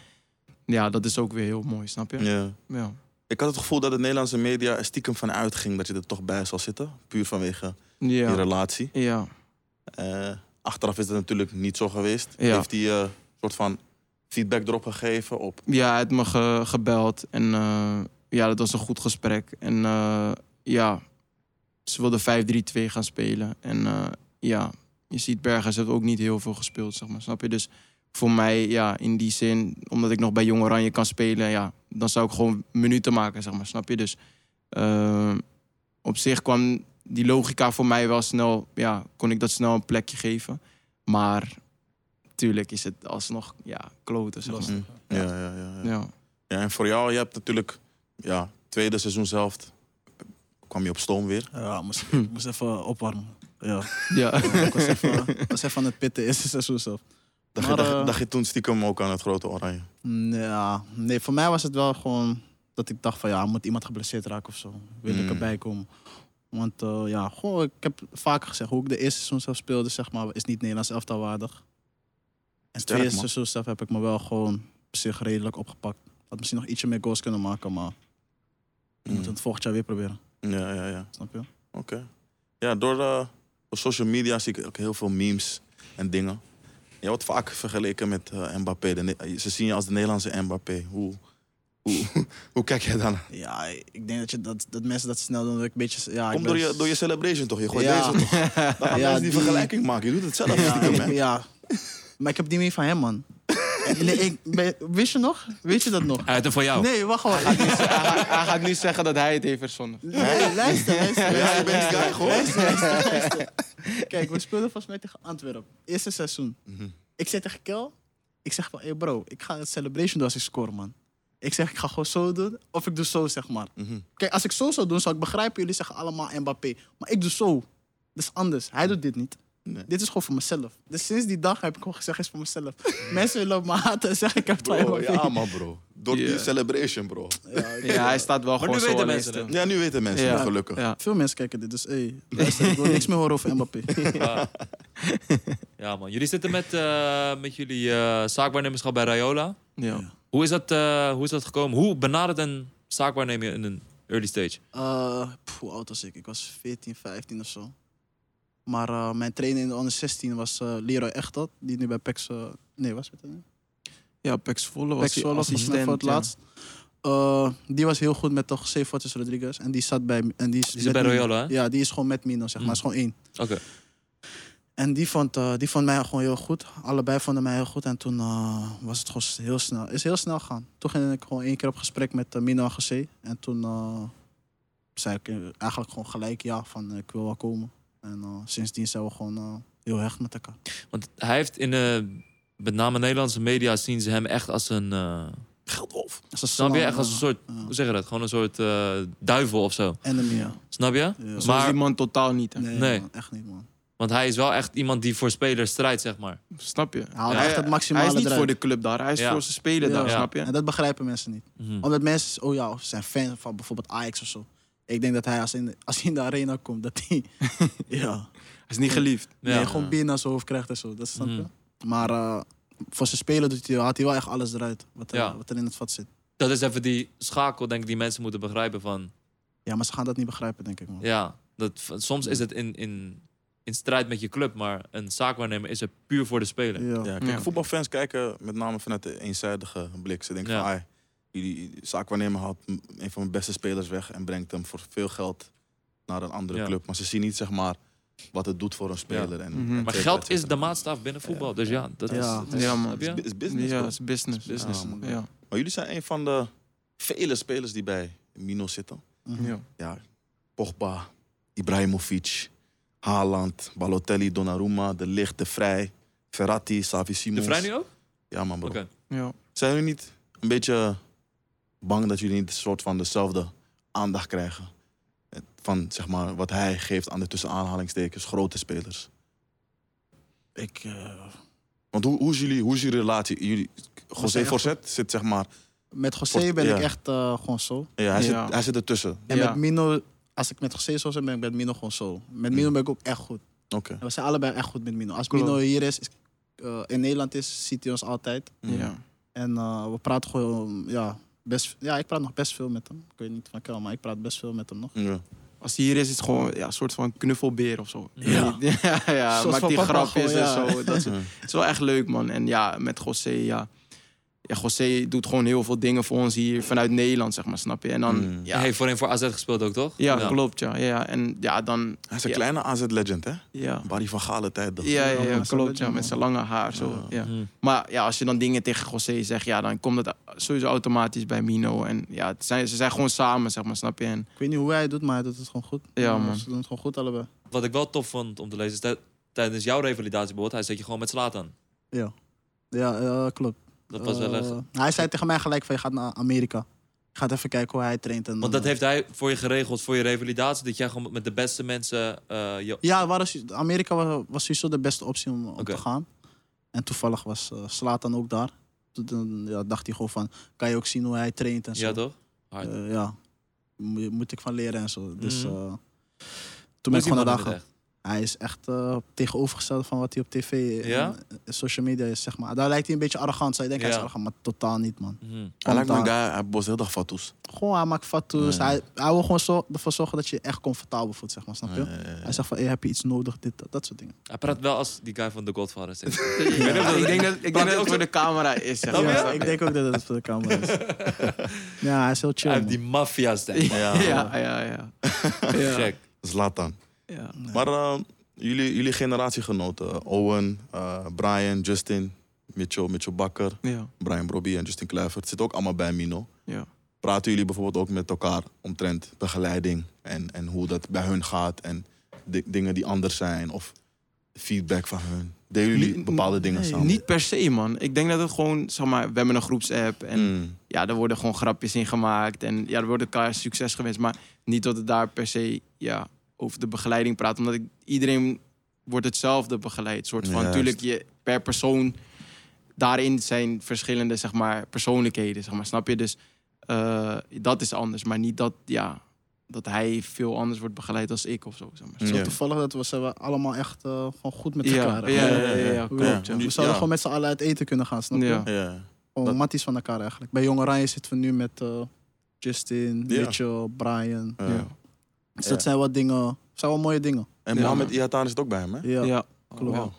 ja, dat is ook weer heel mooi, snap je?
Ja.
Ja.
Ik had het gevoel dat de Nederlandse media er stiekem van uitging dat je er toch bij zal zitten. Puur vanwege je
Ja.
relatie.
Ja.
Eh, achteraf is dat natuurlijk niet zo geweest.
Ja.
Heeft hij eh soort van feedback erop gegeven op.
Ja, hij heeft me ge- gebeld. En eh, ja, dat was een goed gesprek. En eh, ja, ze wilde 5-3-2 gaan spelen. En eh, ja, je ziet Bergers heeft ook niet heel veel gespeeld, zeg maar. Snap je? Dus voor mij, ja, in die zin, omdat ik nog bij Jong Oranje kan spelen... ja, dan zou ik gewoon minuten maken, zeg maar. Snap je? Dus eh, op zich kwam die logica voor mij wel snel... ja, kon ik dat snel een plekje geven. Maar tuurlijk is het alsnog, ja, kloten, zeg maar.
Lastig.
Mm.
Ja, ja, ja, ja.
Ja.
Ja, en voor jou, je hebt natuurlijk, ja, tweede seizoenshelft kwam je op stoom weer.
Ja, moest, moest even opwarmen. Ja,
Ja.
ik was even, was even aan het pitten eerste seizoen zelf.
Dacht, je,
Maar,
dacht-
eh,
dacht je toen stiekem ook aan het grote oranje?
Mm, Ja, nee, voor mij was het wel gewoon dat ik dacht van ja, moet iemand geblesseerd raken of zo. Wil
Mm.
ik erbij komen. Want eh, ja, gewoon, ik heb vaker gezegd, hoe ik de eerste seizoen zelf speelde, zeg maar, is niet Nederlands elftal waardig. En het
Sterk,
tweede
man.
seizoen zelf heb ik me wel gewoon op zich redelijk opgepakt. Had misschien nog ietsje meer goals kunnen maken, maar
Mm.
we moeten het volgend jaar weer proberen.
Ja, ja, ja.
Snap je?
Oké. Ja, door, eh, door social media zie ik ook heel veel memes en dingen. Je wordt vaak vergeleken met eh, Mbappé. De Ne- ze zien je als de Nederlandse Mbappé. Hoe, hoe, hoe kijk jij dan?
Ja, ik denk dat, je, dat, dat mensen dat snel doen. Dat ik een beetje, ja, ik
Kom
ben-
door je, door je celebration toch? Je gooit
Ja.
deze toch? Dan gaan mensen
Ja,
die,
die-
vergelijking maken. Je doet het zelf.
Ja, Mhm.
stiekem, hè?
ik- ja. Maar ik heb die meer van hem, man. Nee, ik, ben- wist je nog? Weet je dat nog?
Uit en voor jou.
Nee, wacht wel.
hij, gaat, hij gaat nu zeggen dat hij het heeft verzonnen.
Nee, luister, luister.
Ja, ik ben die guy, gewoon.
Luister, luister, luister. Kijk, we speelden volgens mij tegen Antwerpen. Eerste seizoen.
Mhm.
Ik zei tegen Kel, ik zeg van, hey bro, ik ga het celebration doen als ik score, man. Ik zeg, ik ga gewoon zo doen, of ik doe zo, zeg maar.
Mhm.
Kijk, als ik zo zou doen, zou ik begrijpen, jullie zeggen allemaal Mbappé. Maar ik doe zo. Dat is anders. Hij doet dit niet.
Nee.
Dit is gewoon voor mezelf. Dus sinds die dag heb ik gewoon gezegd, is voor mezelf. Mensen willen op me haten en zeggen, ik heb twee
Bro,
Mbappé.
ja, man, bro. Door
Ja.
die celebration, bro.
Ja, ik-
Ja, hij staat wel
Maar
gewoon
nu
zo
weten
alleen
mensen
stil.
Ja, nu weten mensen
Ja.
het, gelukkig.
Ja.
Veel mensen kijken dit, dus hey, luister, ik wil niks meer horen over Mbappé.
Ja. ja, man. Jullie zitten met, eh, met jullie eh, zaakwaarnemerschap bij Rayola.
Ja.
Hoe is dat, eh, hoe is dat gekomen? Hoe benadert een zaakwaarnemer in een early stage?
Eh, pff, hoe oud was ik? Ik was 14, 15 of zo. Maar eh, mijn trainer in de onder 16 was eh Leroy Echtelt, die nu bij PEX... eh, nee, was het? hè?
ja, Pax Volle was
PEX
die
Zwolle volgens mij
assistent.
voor het
ja.
laatst. Eh, die was heel goed met toch José Fortes Rodriguez. En die zat bij... En die is,
Die zit
met
bij
Mino.
Royola, hè?
Ja, die is gewoon met Mino, zeg maar.
Mm.
Is gewoon één.
Oké.
En die vond, eh, die vond mij gewoon heel goed. Allebei vonden mij heel goed. En toen eh, was het gewoon heel snel. Is heel snel gaan. Toen ging ik gewoon één keer op gesprek met eh, Mino Agassi. En toen eh, zei ik eh, eigenlijk gewoon gelijk ja van eh, ik wil wel komen. En eh, sindsdien zijn we gewoon eh, heel hecht met elkaar.
Want hij heeft in eh, met name Nederlandse media zien ze hem echt als een... eh
Geldwolf.
Dat is een
snap je?
slang,
Echt als een
eh,
soort...
ja.
Hoe zeg je dat? Gewoon een soort eh, duivel of zo.
enemy. Ja.
Snap je?
Ja.
Zo is
Maar-
die man totaal niet. Hè.
Nee,
Nee.
man, echt niet man.
Want hij is wel echt iemand die voor spelers strijdt, zeg maar.
Snap je?
Hij haalt
Ja.
echt het maximale
Hij is niet
eruit.
voor de club daar. Hij is
Ja.
voor zijn spelen
Ja.
daar,
Ja.
snap je?
En dat begrijpen mensen niet.
Mhm.
Omdat mensen, oh ja, zijn fan van bijvoorbeeld Ajax of zo. Ik denk dat hij als, in de, als hij in de arena komt, dat hij... ja,
Hij is niet geliefd.
Nee,
Ja.
gewoon bier naar zijn hoofd krijgt en zo. Dat snap je.
Mhm.
Maar eh, voor zijn spelen doet hij, haalt hij wel echt alles eruit. Wat er,
Ja.
wat er in het vat zit.
Dat is even die schakel, denk ik, die mensen moeten begrijpen van...
Ja, maar ze gaan dat niet begrijpen, denk ik. Man.
Ja, dat, v- soms is het in, in, in strijd met je club, maar een zaakwaarnemer is er puur voor de speler.
Ja.
Ja, kijk,
Ja.
voetbalfans kijken met name vanuit de eenzijdige blik. Ze denken
Ja.
van, ai, jullie zaakwaarnemer haalt m- een van mijn beste spelers weg en brengt hem voor veel geld naar een andere
Ja.
club. Maar ze zien niet, zeg maar, wat het doet voor een speler. En,
Mhm.
Maar geld is de maatstaf binnen voetbal, dus ja, dat is...
Ja.
dat is-
Ja, man.
snap je?
Het is business,
Ja,
bro.
het is business.
Het is business.
Oh,
Ja, ja.
Maar jullie zijn een van de vele spelers die bij Mino zitten.
Mhm.
Ja.
Ja, Pogba, Ibrahimovic, Haaland, Balotelli, Donnarumma, De Ligt, De Vrij, Ferrati, Savi
De
Simons.
Vrij nu ook?
Ja, man, bro.
Oké.
Ja.
Zijn jullie niet een beetje bang dat jullie niet een soort van dezelfde aandacht krijgen? Het- Van zeg maar wat hij geeft aan de tussen aanhalingstekens grote spelers.
Ik, eh,
Want hoe, hoe, is, jullie, hoe is jullie relatie? Jullie, José
echt-
Forset zit zeg maar.
met José
Voor-
ben
ja.
ik echt eh, gewoon zo.
Ja, hij,
Ja.
Zit, hij zit ertussen.
En
Ja.
met Mino, als ik met José zo ben, ben ik met Mino gewoon zo. Met
Mm.
Mino ben ik ook echt goed.
Oké.
En we zijn allebei echt goed met Mino. Als
Klopt.
Mino hier is, is- eh, in Nederland is, ziet hij ons altijd.
Mm.
Ja.
En eh, we praten gewoon, ja, best, ja, ik praat nog best veel met hem. Ik weet niet van Kel, maar ik praat best veel met hem nog.
Ja.
Als hij hier is, is het gewoon ja, een soort van knuffelbeer of zo.
Ja.
ja, ja
Soort
maakt
van
die
papa
grapjes
gewoon,
en
ja.
zo. Dat is,
Ja.
het is wel echt leuk, man. En ja, met José, ja. ja, José doet gewoon heel veel dingen voor ons hier vanuit Nederland, zeg maar, snap je? En dan,
Mm.
ja,
Hij heeft voorheen voor AZ gespeeld ook, toch?
ja, klopt, ja, ja, ja. En ja, dan,
Hij is een
Ja.
kleine AZ-legend, hè?
ja.
Barry van Galen tijd dan.
Ja, ja, ja,
Ja, maar zo
klopt,
dat
ja,
je-
met zijn lange haar, zo, ja.
Hm.
Maar ja, als je dan dingen tegen José zegt, ja, dan komt dat sowieso automatisch bij Mino. En ja, het zijn, ze zijn gewoon samen, zeg maar, snap je? En
Ik weet niet hoe hij het doet, maar hij doet het gewoon goed. Eh,
Ja, man.
Ze doen het gewoon goed allebei.
Wat ik wel tof vond om te lezen, is dat tijdens jouw revalidatie bijvoorbeeld, hij zet je gewoon met Slatan.
Ja, eh, klopt.
Dat was wel
Eh,
echt...
Hij zei tegen mij gelijk van, je gaat naar Amerika. Je gaat even kijken hoe hij traint. En,
Want dat heeft hij voor je geregeld, voor je revalidatie, dat jij gewoon met de beste mensen... eh, je...
Ja, waar is- Amerika was, was sowieso de beste optie om, om
Oké.
te gaan. En toevallig was eh Slatan ook daar. Toen- Toen ja, dacht hij gewoon van, kan je ook zien hoe hij traint en zo.
Ja, toch? Hard.
Eh, ja. Mo- moet ik van leren en zo. Dus
Mhm.
eh, toen ben ik gewoon naar daar
Hoe is die man in het
gegaan.
echt?
Hij is echt eh, tegenovergesteld van wat hij op tv en
Ja?
eh, social media is, zeg maar. Daar lijkt hij een beetje arrogant. Zou je denken,
Ja.
hij is arrogant, maar totaal niet, man.
Hm.
Hij lijkt me een
Komt
guy, hij bost heel dag fatsoes.
Gewoon, hij maakt fatsoes.
Ja.
Hij, hij wil gewoon zo, ervoor zorgen dat je je echt comfortabel voelt, zeg maar. Snap je? Hij zegt van, hey, heb je iets nodig? Dit, dat, dat soort dingen.
Hij praat wel als die guy van The Godfather. zeg.
ik,
weet niet of dat-
denk dat, ik denk dat
je
het
ook
ook
zo-
voor de camera is, zeg
Ja,
maar.
ja.
snap je?
ik denk ook dat het voor de camera is. ja, hij is heel chill.
Hij heeft
man.
die maffia-stem.
Ja,
Ja, ja, ja. ja.
Gek.
Zlatan.
ja.
Maar eh, jullie, jullie generatiegenoten, Owen, eh, Brian, Justin, Mitchell, Mitchell Bakker,
ja.
Brian Robbie en Justin Kluivert, zitten ook allemaal bij Mino.
Ja.
Praten jullie bijvoorbeeld ook met elkaar omtrent begeleiding en, en hoe dat bij hun gaat en di- dingen die anders zijn of feedback van hun? Delen jullie
Niet-
bepaalde dingen
nee,
samen?
Niet per se, man. Ik denk dat het gewoon, zeg maar, we hebben een groepsapp en
Mm.
ja, er worden gewoon grapjes in gemaakt en ja, er wordt elkaar succes gewenst, maar niet dat het daar per se, ja, over de begeleiding praat, omdat ik, iedereen wordt hetzelfde begeleid, soort van.
Juist.
Natuurlijk, je per persoon daarin zijn verschillende, zeg maar, persoonlijkheden, zeg maar, snap je? Dus eh, dat is anders, maar niet dat, ja, dat hij veel anders wordt begeleid als ik of zo, zeg maar.
Zo
Ja.
toevallig dat we ze hebben allemaal echt eh, gewoon goed met
Ja,
elkaar.
ja,
Gewoon-
ja, ja, ja,
we-
klopt, ja.
We zouden
Ja.
gewoon met z'n allen uit eten kunnen gaan, snap je?
Ja.
Ja.
Gewoon
Dat-
Oh, matties van elkaar eigenlijk. Bij Jong Oranje zitten we nu met eh, Justin,
Ja.
Mitchell, Brian.
ja.
Ja.
Dus
Ja.
dat zijn wat dingen, zijn wel mooie dingen.
En
Ja.
Mohamed Iataan zit ook bij hem, hè?
Ja,
Ja,
klopt.
Wauw.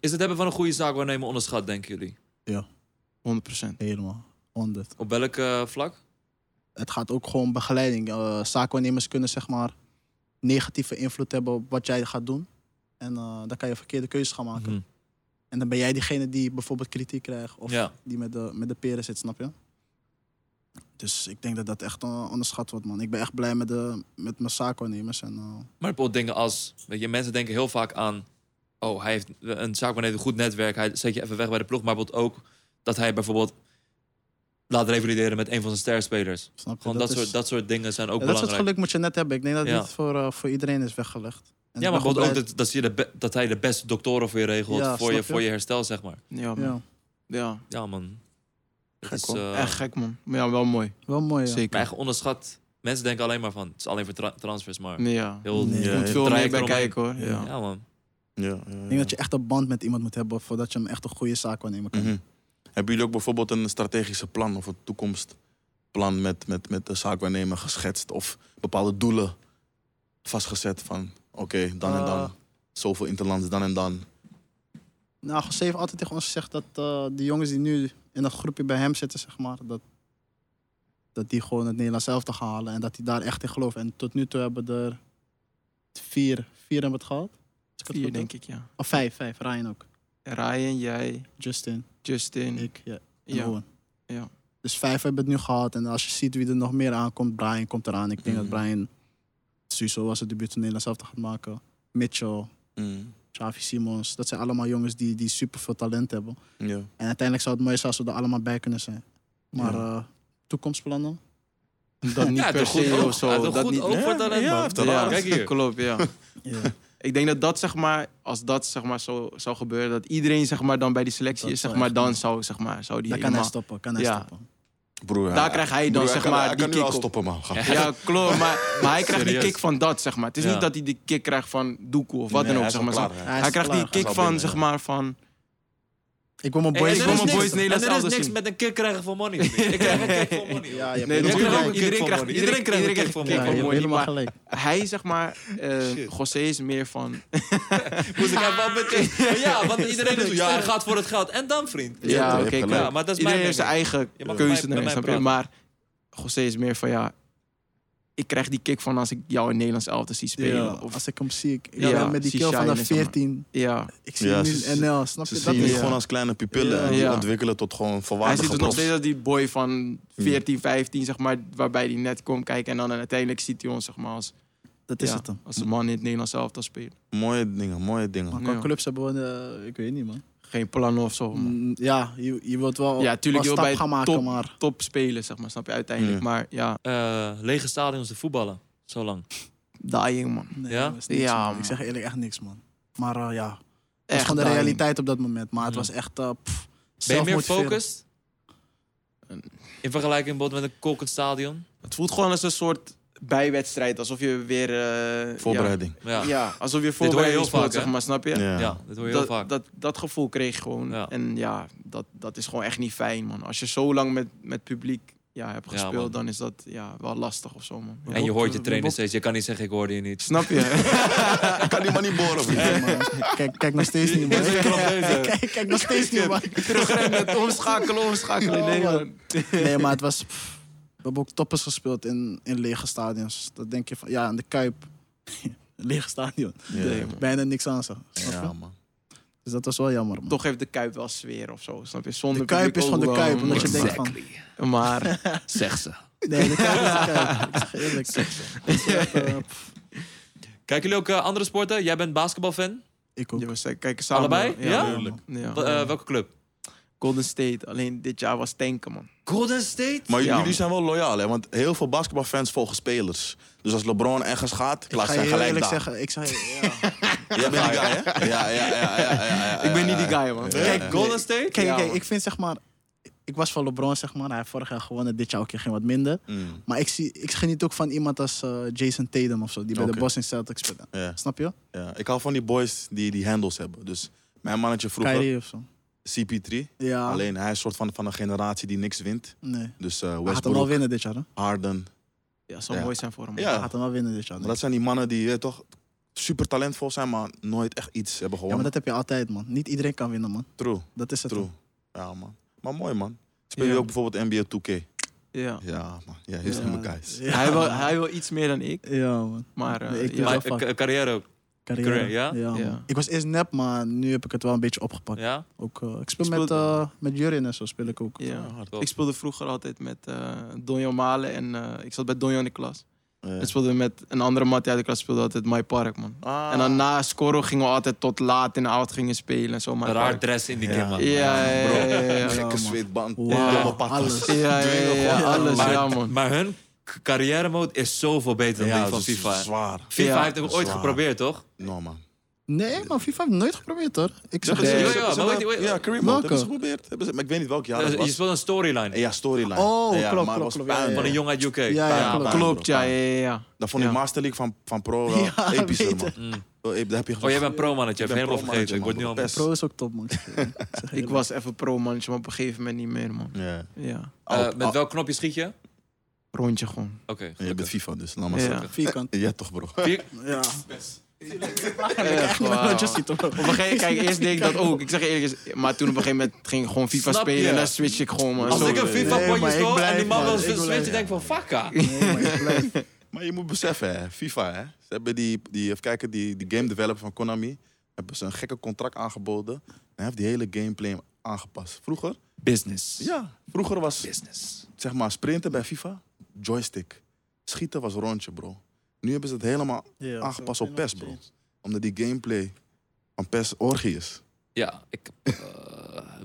Is het hebben van een goede zaak waarnemen onderschat, denken jullie?
100%.
Helemaal, 100.
Op welk eh, vlak?
het gaat ook gewoon begeleiding. Eh zaakwaarnemers kunnen zeg maar negatieve invloed hebben op wat jij gaat doen. En eh, dan kan je verkeerde keuzes gaan maken.
Hm.
En dan ben jij diegene die bijvoorbeeld kritiek krijgt of
Ja.
die met de, met de peren zit, snap je? Dus ik denk dat dat echt eh, onderschat wordt, man. Ik ben echt blij met, de, met mijn zaakwaarnemers. En, eh,
Maar bijvoorbeeld dingen als, weet je, mensen denken heel vaak aan, oh, hij heeft een zaakwaarnemer, een goed netwerk, hij zet je even weg bij de ploeg, maar bijvoorbeeld ook dat hij bijvoorbeeld laat revalideren met een van zijn sterspelers.
snap je?
Gewoon dat,
is-
soort, dat soort dingen zijn ook
ja, dat soort
belangrijk.
geluk moet je net hebben. Ik denk dat
Ja.
dit voor, eh, voor iedereen is weggelegd. En
ja,
ik
maar
ben gewoon
bijvoorbeeld ook
blij-
dat, dat, zie je de be- dat hij de beste doktoren voor je regelt,
Ja,
voor, je,
snap je?
voor je herstel, zeg maar.
Ja, man.
Ja,
ja.
Ja, man. Dat
Gek,
is,
hoor.
eh,
echt gek, man. Maar ja, wel mooi.
wel mooi, ja.
maar
Zeker.
echt onderschat. Mensen denken alleen maar van, het is alleen voor tra- transfers, maar
Ja. Er
heel...
Nee.
Ja,
moet
het
veel meer
drijft
bij
eromheen.
kijken, hoor. Ja.
Ja, man.
Ja, ja, ja.
Ik denk dat je echt een band met iemand moet hebben voordat je hem echt een goede zaakwaarnemer kan.
Mhm. Hebben jullie ook bijvoorbeeld een strategische plan of een toekomstplan met, met, met de zaakwaarnemer geschetst? Of bepaalde doelen vastgezet van oké, dan en
Eh.
Ah.
dan. Zoveel interlands, dan en dan.
Nou, José heeft altijd tegen ons gezegd dat eh de jongens die nu in dat groepje bij hem zitten, zeg maar, dat, dat die gewoon het Nederlands zelf te gaan halen en dat die daar echt in geloven. En tot nu toe hebben er vier, vier hebben het gehaald. Als ik het
Vier,
goed
denk
heb.
ik, ja.
Of vijf, vijf. Ryan ook.
Ryan, jij,
Justin,
Justin.
ik, ja, en
ja.
Owen.
ja.
Dus vijf hebben het nu gehad. En als je ziet wie er nog meer aankomt, Brian komt eraan. Ik denk
Mhm.
dat Brian sowieso als het debuut van Nederland zelf te gaat maken. Mitchell,
Mm.
Xavi Simons, dat zijn allemaal jongens die, die super veel talent hebben.
Ja.
En uiteindelijk zou het mooi zijn als we er allemaal bij kunnen zijn. Maar eh, toekomstplannen?
Dat niet
Ja,
per
toch goed
se
oog.
of
Ja,
zo.
toch
Dat
goed
niet...
oog. Ook voor talent, man.
ja, heeft een
Ja,
aardig-
Kijk hier.
klopt, ja.
Ja,
Ik denk dat dat, zeg maar, als dat, zeg maar, zo zou gebeuren... dat iedereen, zeg maar, dan bij die selectie
Dat
is,
zou
zeg maar...
echt
dan
kunnen.
zou, zeg maar, zou die
dan kan hij
helemaal...
stoppen, kan hij
Ja.
stoppen.
Broer,
Daar krijgt hij dan,
broer,
zeg
kan-
maar,
hij
die
kan nu al
kick-off.
stoppen, man. Ga-
Ja, klopt, maar, maar hij krijgt die
Serieus.
kick van dat, zeg maar. Het is
Ja.
niet dat hij die kick krijgt van Doekoe of wat
Nee, hij
dan ook,
is
zeg
al
maar.
klaar, hè.
is
Hij krijgt die
klaar.
Hij
kick
zal
van,
binnen,
zeg
ja.
maar, van...
Ik wil mijn
En
boys...
er
wil
is
mijn
niks-
boys Nederlands
en er is
elders
niks
zien.
met een kick krijgen voor money. Ik krijg een kick voor money.
Ja, je
Nee,
hebt
Iedereen
natuurlijk
krijgt
ook.
een kick
Iedereen
voor
krijgt-
money.
iedereen
Iedereen krijgt een kick
krijgt
voor
een kick
ja,
voor
je
money.
hebt
mooi,
helemaal
maar-
gelijk.
Hij, zeg maar, eh José is meer van...
Moest ik even op meteen. Ja, want iedereen doet. Ja, hij gaat voor het geld. En dan, vriend.
Ja,
Ja,
je
oké,
hebt gelijk.
Ja,
klaar.
maar dat is
Iedereen
mijn
heeft zijn
mening.
eigen
Je mag
keuze
met mij-
erin,
met
snap
mij
je? Maar José is meer van, ja... Ik krijg die kick van als ik jou in Nederlands elftal zie spelen.
Ja,
Of,
als ik hem zie, ik, ik
Ja,
ben met die
zie
kill van de
shyness, zeg maar.
14.
ja.
Ik zie
Ja,
hem nu
ze-
in NL, snap
Ze
je?
zien
Dat
jullie
is
ja.
gewoon als kleine pupillen
Ja.
en die
Ja.
ontwikkelen tot gewoon
Hij
volwaardige
ziet het nog
profs.
steeds als die boy
Hmm.
van 14, 15, zeg maar. Waarbij hij net komt kijken. En dan uiteindelijk ziet hij ons, zeg maar, als,
Dat is
ja,
het dan.
als een man in het Nederlands elftal spelen.
Mooie dingen, mooie dingen.
Maar qua
Ja.
clubs hebben we, eh, ik weet niet man.
Geen plannen of zo. man.
Mm, Ja, je, je wilt wel
Ja, tuurlijk, je
wel
wil bij
stap gaan maken,
top,
maar...
top spelen, zeg maar, snap je, uiteindelijk.
Ja.
Hmm.
Maar ja,
Eh, Lege stadions te voetballen. Zo lang.
dying, man.
Nee,
Ja?
dat is niks,
Ja,
man.
man.
Ik zeg eerlijk, echt niks man. Maar eh, ja, het was
Echt
gewoon de
dying.
realiteit op dat moment. Maar het
Ja.
was echt... eh, pff,
Ben je meer
zelfmotiverend.
focused? In vergelijking bijvoorbeeld met een kokend stadion?
Het voelt gewoon als een soort bijwedstrijd. Alsof je weer... eh,
Voorbereiding.
Ja,
Ja, ja.
ja, alsof je
hoor je
voorbereiding
heel vaak,
speelt,
hè?
zeg maar, snap je?
Ja.
dat hoor je
Dat,
heel vaak.
dat, dat gevoel kreeg je gewoon.
Ja.
En ja, dat, dat is gewoon echt niet fijn, man. Als je zo lang met, met publiek ja, hebt
Ja,
gespeeld,
man.
dan is dat ja, wel lastig of zo, man. Ja.
en je hoort je
Bob-
trainer
Bob-
steeds. Je kan niet zeggen, ik hoorde je niet.
Snap je?
Ik kan die man niet boren, vriend.
Nee, man. Kijk, kijk nog steeds niet, man.
Is het knapneuzen?
Kijk, kijk nog steeds niet, man.
Terugrennen, omschakelen, omschakelen.
Ja,
nee,
man.
man.
Nee, maar het was... pff, we hebben ook toppers gespeeld in, in lege stadions. Dat denk je van... Ja, in de Kuip. lege stadion.
Ja,
Bijna niks aan ze. snap je?
ja, man.
Dus dat was wel jammer, man.
Toch heeft de Kuip wel sfeer of zo, snap je? Zonder
De Kuip
publiek
is
ook
gewoon de
wel,
Kuip.
man.
Omdat je denkt van...
Maar
Zeg ze.
Nee, de Kuip is de Kuip. Ik zeg je eerlijk. Dat is echt, eh, pff,
Kijken jullie ook eh, andere sporten? Jij bent basketbalfan?
ik ook.
ja, we zijn- kijken eh, samen.
Allebei? Ja?
Ja, man.
ja.
Wa- eh, welke club?
Golden State. Alleen dit jaar was tanken, man.
Golden State?
Maar
Ja,
jullie
man.
zijn wel loyaal, hè? Want heel veel basketbalfans volgen spelers. Dus als LeBron ergens gaat,
Ik
klaar
ga
zijn
je
gelijk
eerlijk
daar.
zeggen, ik zei... Ja.
Jij bent die guy, hè? Ja, ja, ja. ja, ja, ja, ja,
ik ben
ja,
niet die
ja.
guy, man.
Ja.
Eh, Kijk, Golden State?
Kijk,
Ja,
kijk,
man.
ik vind zeg maar... Ik was van LeBron, zeg maar. Hij heeft vorig jaar gewonnen. Dit jaar ook ging wat minder.
Mm,
Maar ik, zie, ik geniet ook van iemand als eh, Jason Tatum of zo. Die bij
Oké.
de Boston Celtics speelt.
ja,
Snap je?
ja. Ik hou van die boys die die handles hebben. Dus mijn mannetje vroeger,
Kyrie Ah. of zo.
CP3.
Ja,
Alleen hij is een soort van, van een generatie die niks wint.
nee.
Dus eh
Hij gaat hem wel
Westbrook,
winnen dit jaar, hè?
Harden.
Ja, zou
Ja.
mooi zijn voor hem. man.
Ja.
Hij gaat hem wel winnen dit jaar.
Maar
denk
dat
ik.
zijn die mannen die je weet toch super talentvol zijn, maar nooit echt iets hebben
Ja, maar
gewonnen.
dat heb je altijd, man. Niet iedereen kan winnen, man.
True,
Dat is het.
true.
man.
Ja, man. Maar mooi, man. Speel je
Ja.
ook bijvoorbeeld NBA 2K?
Ja.
Ja, man. Ja, hier zijn mijn
Ja.
guys.
Ja,
Hij, wil,
man.
hij wil iets meer dan ik,
Ja, man.
maar... eh,
Nee, ik
ja.
wil-
Maar,
wel
eh, carrière ook.
Carrière.
Career, ja?
man.
Ja.
Ik was eerst nep, maar nu heb ik het wel een beetje opgepakt.
Ja?
Ook, eh, ik speel
Ik
met,
speel-
eh met Jurin en zo, speel ik ook.
Ja.
hard.
Top.
Ik speelde vroeger altijd met eh Donjo Malen en eh, ik zat bij Donjo in de klas.
Ja.
En speelde met een andere mat die uit de klas speelde altijd My Park, man.
Ah.
En dan na scoren gingen we altijd tot laat in de oud gingen spelen en zo. My
Een raar
Park.
dress in die
Ja.
gym, man.
Ja, ja,
Bro,
ja, ja, ja.
Ja,
gekke
man.
zweetband.
Wow,
Domme patas.
alles.
Ja, ja, ja, ja,
Dwingen
alles,
gewoon.
ja, man.
Maar hun carrière mode is zoveel beter dan
Ja,
die van
dat is
FIFA.
zwaar.
FIFA
Ja.
heeft het ooit
Zwaar.
geprobeerd, toch?
No, Nou, man.
Nee, man, FIFA heeft het nooit geprobeerd, hoor. Ik zeg
Ze hebben-
ja,
ze
het
ja,
hebben-
maar
ze
weet-
hebben-
weet-
Ja, Kareem Hunt,
Welke?
hebben ze geprobeerd. Hebben ze- Maar ik weet niet welk jaar
Eh,
dat
je
was.
speelt een storyline
Ja, storyline.
Oh,
ja,
klopt,
maar
klopt,
het was
klopt, ja,
puin,
ja,
van een
man.
jong uit UK.
Ja, ja, klopt.
Puin,
Klopt,
bro,
ja,
puin.
ja, ja, ja.
Dan vond ik
Ja.
Master League van, van Pro wel
Ja,
epischer, man.
beter.
Mm.
Oh, eh, daar heb je
Oh, jij
gewoon-
bent pro-manager. Ik
Ik
heb
ben
helemaal
pro-manager,
vergeten. Ik word nu
man,
al...
bro.
Pro is ook top, man. Ik zeg je eerlijk. Ik zeg je
Ik
eerlijk.
was even pro-manager, maar op een gegeven moment niet meer, man.
Ja.
Ja,
Eh,
Oh,
Met
oh,
welk knopje schiet je?
rondje gewoon.
Oké.
Je bent FIFA, dus laat maar
Ja.
zeggen.
vierkant.
Ja, toch, bro.
Ja.
Echt,
Wow.
wauw.
Just op
Op een gegeven moment, kijk, eerst deed ik dat ook. Ik zeg je eerlijk, eens- maar toen op een gegeven moment ging ik gewoon FIFA
Snap
spelen
je?
en dan switch ik gewoon. Man.
Als
Zo-
ik een
Nee,
maar
FIFA-potje
ik
scoor en
blijf,
die
man.
man wil
Ik blijf,
switchen,
ja.
denk ik van ah." fakka.
Nee, maar ik blijf.
Maar je moet beseffen, hè, FIFA, hè. Ze hebben die, die even kijken, die, die game developer van Konami, hebben ze een gekke contract aangeboden. En hij heeft die hele gameplay aangepast. Vroeger,
Business.
ja, vroeger was
Business.
zeg maar sprinten bij FIFA, joystick. Schieten was rondje, bro. Nu hebben ze het helemaal
Ja,
aangepast
zo.
Ah, op PES, bro. Omdat die gameplay van PES orgie is.
Ja, ik... eh,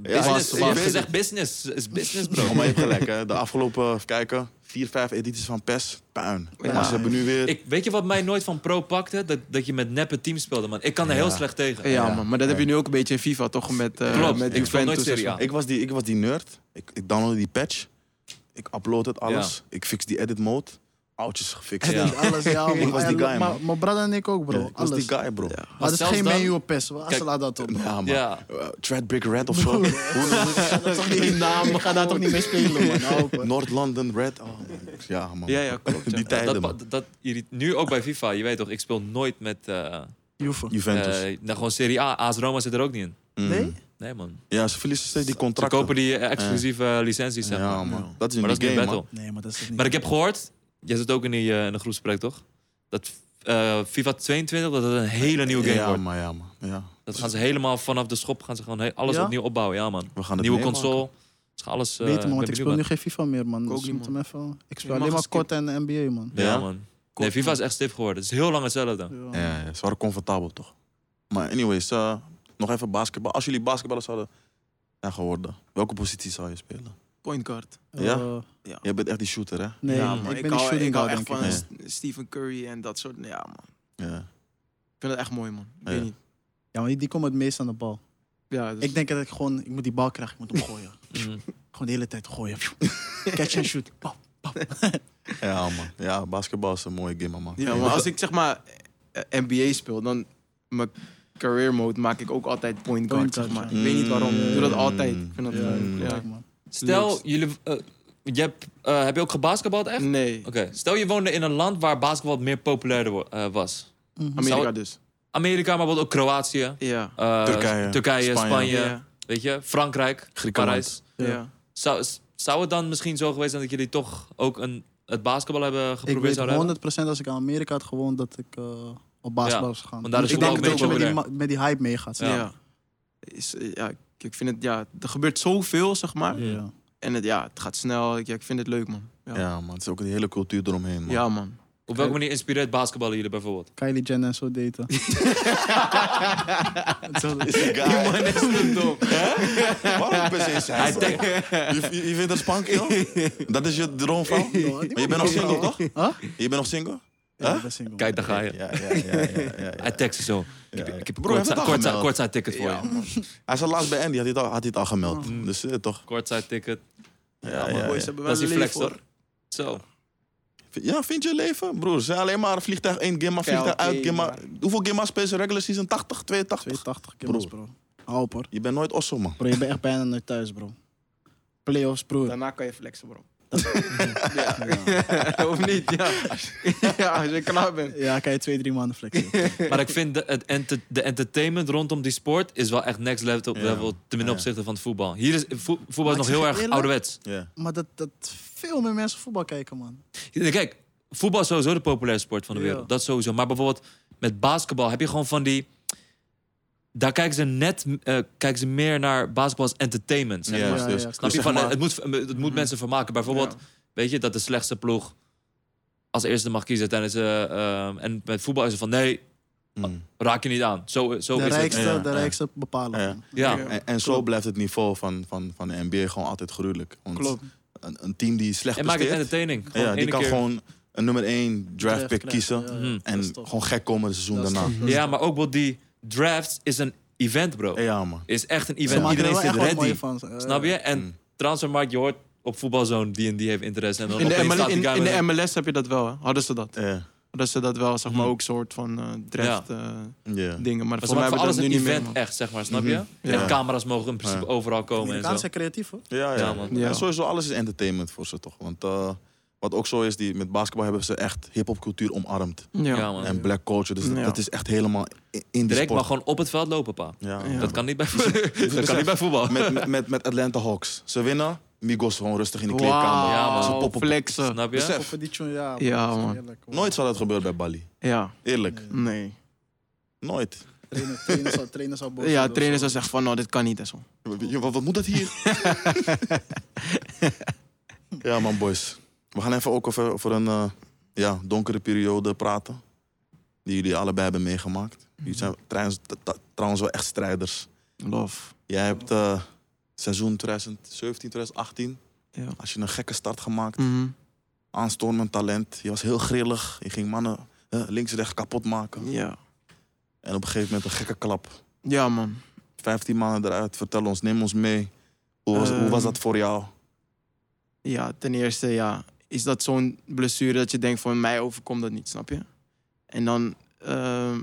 business.
was-
Je hebt
was-
gezegd business. is business, bro.
Oh, maar je hebt gelijk, hè. De afgelopen, even kijken, vier, vijf edities van PES, puin.
Ja.
Maar ze hebben nu weer...
Ik, weet je wat mij nooit van pro pakte? Dat, dat je met neppe teams speelde, man. Ik kan er heel
Ja.
slecht tegen.
Ja,
Ja.
man, maar dat heb je nu ook een beetje in FIFA toch met, eh,
Klopt,
met
ik speel nooit
Juventus. en
Serie
zo.
A.
Ik was die, ik was die nerd. Ik, ik downloadde die patch. Ik upload het alles. Ik fix die edit mode. oudjes gefixt.
Ik
Ja.
deed alles, ja, man.
Ik was die
Ja,
guy,
maar-
man.
Mijn brother en ik ook, bro.
Ja, ik was
alles.
die guy, bro.
Ja.
Maar dat is
zelfs
geen
dan-
manual pest. Waar
Kijk-
slaat dat op?
Ja, man.
Ja.
Eh, Threadbrick Red of zo. Hoe noem je
Dat is toch niet die naam? We gaan daar toch niet mee spelen, man. Hou op,
het?
hè.
Noord-London Red. Oh, man. Ja, man.
Ja, ja, klopt. ja.
Die tijden,
Dat,
man.
dat, dat irrit- nu ook bij FIFA, je weet toch, ik speel nooit met... eh
Juve.
Juventus.
eh, nou, gewoon Serie A. AS Roma zit er ook niet in.
Mm.
Nee?
Nee, man.
Ja, ze verliezen steeds die
Ze
contracten.
kopen die eh, exclusieve eh, licenties, zeg maar.
Ja, man. Dat is een
Maar dat is
game,
niet
man.
battle.
Nee, maar dat is het niet.
Maar ik heb gehoord, jij zit ook in, die, eh, in de groepsprek, toch? Dat eh, FIFA 22, dat het een hele nieuwe game
ja,
wordt.
maar ja, man. Ja.
Dat gaan ze helemaal vanaf de schop, gaan ze gewoon he- alles
Ja?
opnieuw opbouwen. Ja, man.
We gaan het
Nieuwe
meemaken.
console. Ze gaan alles... eh,
Beter, man,
ben
want ik
benieuwd,
speel nu geen FIFA meer, man.
ook
Dus
niet,
moet hem even... Ik speel
Je
alleen
mag
maar kort en NBA, man.
Ja?
Ja, man. Nee, FIFA is echt stip geworden. Het is heel lang hetzelfde.
Ja.
Ja, ja, ze waren comfortabel, toch? Maar anyways, eh, nog even basketbal. Als jullie basketballers hadden ja, geworden, welke positie zou je spelen?
Point guard.
Ja?
Eh,
Jij bent echt die shooter, hè?
Nee,
Ja,
ik
man,
ben
ik
die
hou-
shooting
ik hou
guard,
echt
denk
van
ik.
S- Stephen Curry en dat soort. Ja, man.
Ja.
Ik vind het echt mooi, man. Ik
Ja.
weet niet.
Ja, maar die, die komen het meest aan de bal.
Ja, dus-
Ik denk dat ik gewoon... Ik moet die bal krijgen, ik moet hem gooien.
Mhm.
Mm.
gewoon de hele tijd gooien. Catch and shoot. Pap.
ja, man. Ja, basketbal is een mooie game, man.
Ja, maar als ik zeg maar eh, NBA speel, dan mijn career mode maak ik ook altijd point guard,
Point
zeg
guard,
maar.
ja.
Ik weet niet waarom. Ik doe dat
Mm.
altijd. Ik vind dat,
Ja,
eh, ja.
Kijk, man.
Stel,
Leukst.
jullie... eh, je hebt, eh, heb je ook gebasketbald echt?
Nee,
Oké, stel je woonde in een land waar basketbal meer populair wo- eh, was.
Mhm.
Amerika
Zou-
dus.
Amerika, maar bijvoorbeeld ook Kroatië.
Ja.
eh,
Turkije, Spanje.
Spanje.
Ja.
Weet je, Frankrijk,
Griekenland.
Parijs.
Ja.
Ja.
Zou, zou het dan misschien zo geweest zijn dat jullie toch ook een, het basketbal hebben
Ik
geprobeerd
weet
zouden hebben?
100% als ik aan Amerika had gewoond dat ik eh, op basketbal was gegaan.
want daar is
ik
voetbal
denk
ook
dat je
een
met die,
beetje
ma- met die hype meegaat.
Ja.
Ja.
Is, eh, ja, ik- ik vind het, ja, er gebeurt zoveel, zeg maar.
Ja.
Ja.
En het, ja, het gaat snel. Ik, ja, ik vind het leuk, man. Ja, ja.
Ja, man. Het is ook die hele cultuur eromheen, man.
man.
Op welke manier inspireert basketballen jullie bijvoorbeeld?
Kylie Jenner en zo daten. Zo-
Die man is te dom.
Waarom per se zijn?
Hij denkt-
je, je- je vindt dat spanking, joh? Dat is je droomvrouw? Maar je bent nog single, toch?
Huh?
Je bent nog single?
Ja, ik ben single.
Kijk, daar ga je.
Ja, ja, ja. ja, ja,
Hij tekst je zo.
ja, ja.
Ik heb een
Broer, hij heeft het
kortzi-
al
kortzi-
gemeld.
kortzijd ticket voor
Ja,
je.
man. Hij zat laatst bij Andy, had hij het al, had hij het al gemeld. Dus eh, toch?
Kortzijd ticket.
Ja,
Maar
ja,
boys
ja.
hebben wel
Dat is die
een
flex,
leven,
hoor. Zo.
Ja, vind je leven, broer? Ze zijn alleen maar vliegtuig in, game maar
Ja,
vliegtuig
oké,
uit, game maar...
maar-
Hoeveel game maar spelen ze regular season? 80, 82?
82 kilo's, bro. Hou op, hoor.
Je bent nooit osso, man.
Bro, je bent echt bijna nooit thuis, bro. Playoffs, bro.
Daarna kan je flexen, bro. ja. of niet, ja. ja. Als je klaar bent.
Ja, kan je twee, drie maanden flexen.
Maar ik vind de, het enter- de entertainment rondom die sport is wel echt next level,
Ja.
level ten
Ja.
opzichte van het voetbal. Hier is, vo- voetbal is
ik
nog
zeg
heel
je
erg
eerlijk?
ouderwets.
Ja.
maar dat, dat veel meer mensen voetbal kijken, man.
Kijk, voetbal is sowieso de populairste sport van de
Ja.
wereld. Dat sowieso. Maar bijvoorbeeld met basketbal heb je gewoon van die... Daar kijken ze net eh, kijken ze meer naar basketbal als entertainment. zeg
Ja,
maar.
dus-
ja,
dus-
ja,
Snap je?
dus
Van, eh,
zeg maar- Mhm.
het moet, het moet mensen vermaken. Bijvoorbeeld, weet je, dat de slechtste ploeg als eerste mag kiezen tijdens... eh, ehm, en met voetbal is het van, nee,
Mm.
raak je niet aan. Zo, zo
De
is
rijkste,
Ja,
de
ja.
rijkste bepalen.
Ja.
man.
Ja.
Ja.
En, en zo blijft het niveau van, van, van de NBA gewoon altijd gruwelijk. Want
Klopt.
Een, een team die slecht
En maak het
presteert,
entertaining. Gewoon
ja, die
ene
kan
keer.
gewoon een nummer 1 draft pick
Krijgen,
kiezen.
ja, ja.
Mhm.
En
Dat is top.
gewoon gek komen het seizoen
Dat is
daarna.
top.
Ja, maar ook wel die draft is een event, bro.
Ja, man.
Is echt een
Ze
event.
maken er
Iedereen
wel
zit
echt wat mooie
ready.
van. eh,
Snap je? En
Mm.
transfermarkt, je hoort op voetbalzone die en die heeft interesse. En dan
In de,
opeens
MLS,
staat die
in,
guy
in
met
de
een-
MLS heb je dat wel, hè? Hadden ze dat.
Ja,
Hadden ze dat wel, zeg maar,
Mhm.
ook soort van eh draft eh,
ja.
dingen. Maar,
Maar
voor
ze maken
mij hebben
voor
we
alles
dat
een
nu niet meer.
event
man.
echt, zeg maar, snap
Mhm.
je?
Ja.
En camera's mogen in principe
Ja.
overal komen en zo.
Amerikaanse creatief, hoor.
Ja, ja.
Ja, man.
Ja.
En sowieso alles is entertainment voor ze toch. Want eh, wat ook zo is, die, met basketbal hebben ze echt hip-hop cultuur omarmd.
Ja.
Oh, Ja, man.
En black culture. Dus dat-
Ja.
dat is echt helemaal i- in de
Direct
sport.
maar gewoon op het veld lopen, pa.
Ja,
Ja.
Dat kan niet bij, dat kan niet bij voetbal.
Met, met- met, met Atlanta Hawks. Ze winnen, Migos gewoon rustig in die kleedkamer.
Ja,
Wauw,
man.
Ze poppen.
flexen.
Snap je?
Besef.
Of die tune, ja. man.
Ja,
Dat is
man.
heerlijk, man.
Nooit zou dat gebeuren bij Bali.
Ja,
Eerlijk,
nee.
nooit.
Trainer, trainer zou, trainer zou boos
Ja,
worden
trainer
of
zou zeggen van, nou, dit kan niet en zo.
Je, Wat, wat moet dat hier? ja, man, boys. We gaan even ook over, over een eh, ja, donkere periode praten. Die jullie allebei hebben meegemaakt. Jullie zijn trouwens, t- t- trouwens wel echt strijders.
Love.
Jij hebt eh, seizoen 2017, 2018.
Ja.
Als je een gekke start gemaakt.
Mhm.
Aanstormend talent. Je was heel grillig. Je ging mannen eh, links en rechts kapot maken.
Ja.
En op een gegeven moment een gekke klap.
Ja, man.
15 maanden eruit. Vertel ons, neem ons mee. Hoe was, hoe was
Ehm.
dat voor jou?
Ja, ten eerste, ja. is dat zo'n blessure dat je denkt van mij overkomt dat niet, snap je? En dan, ehm,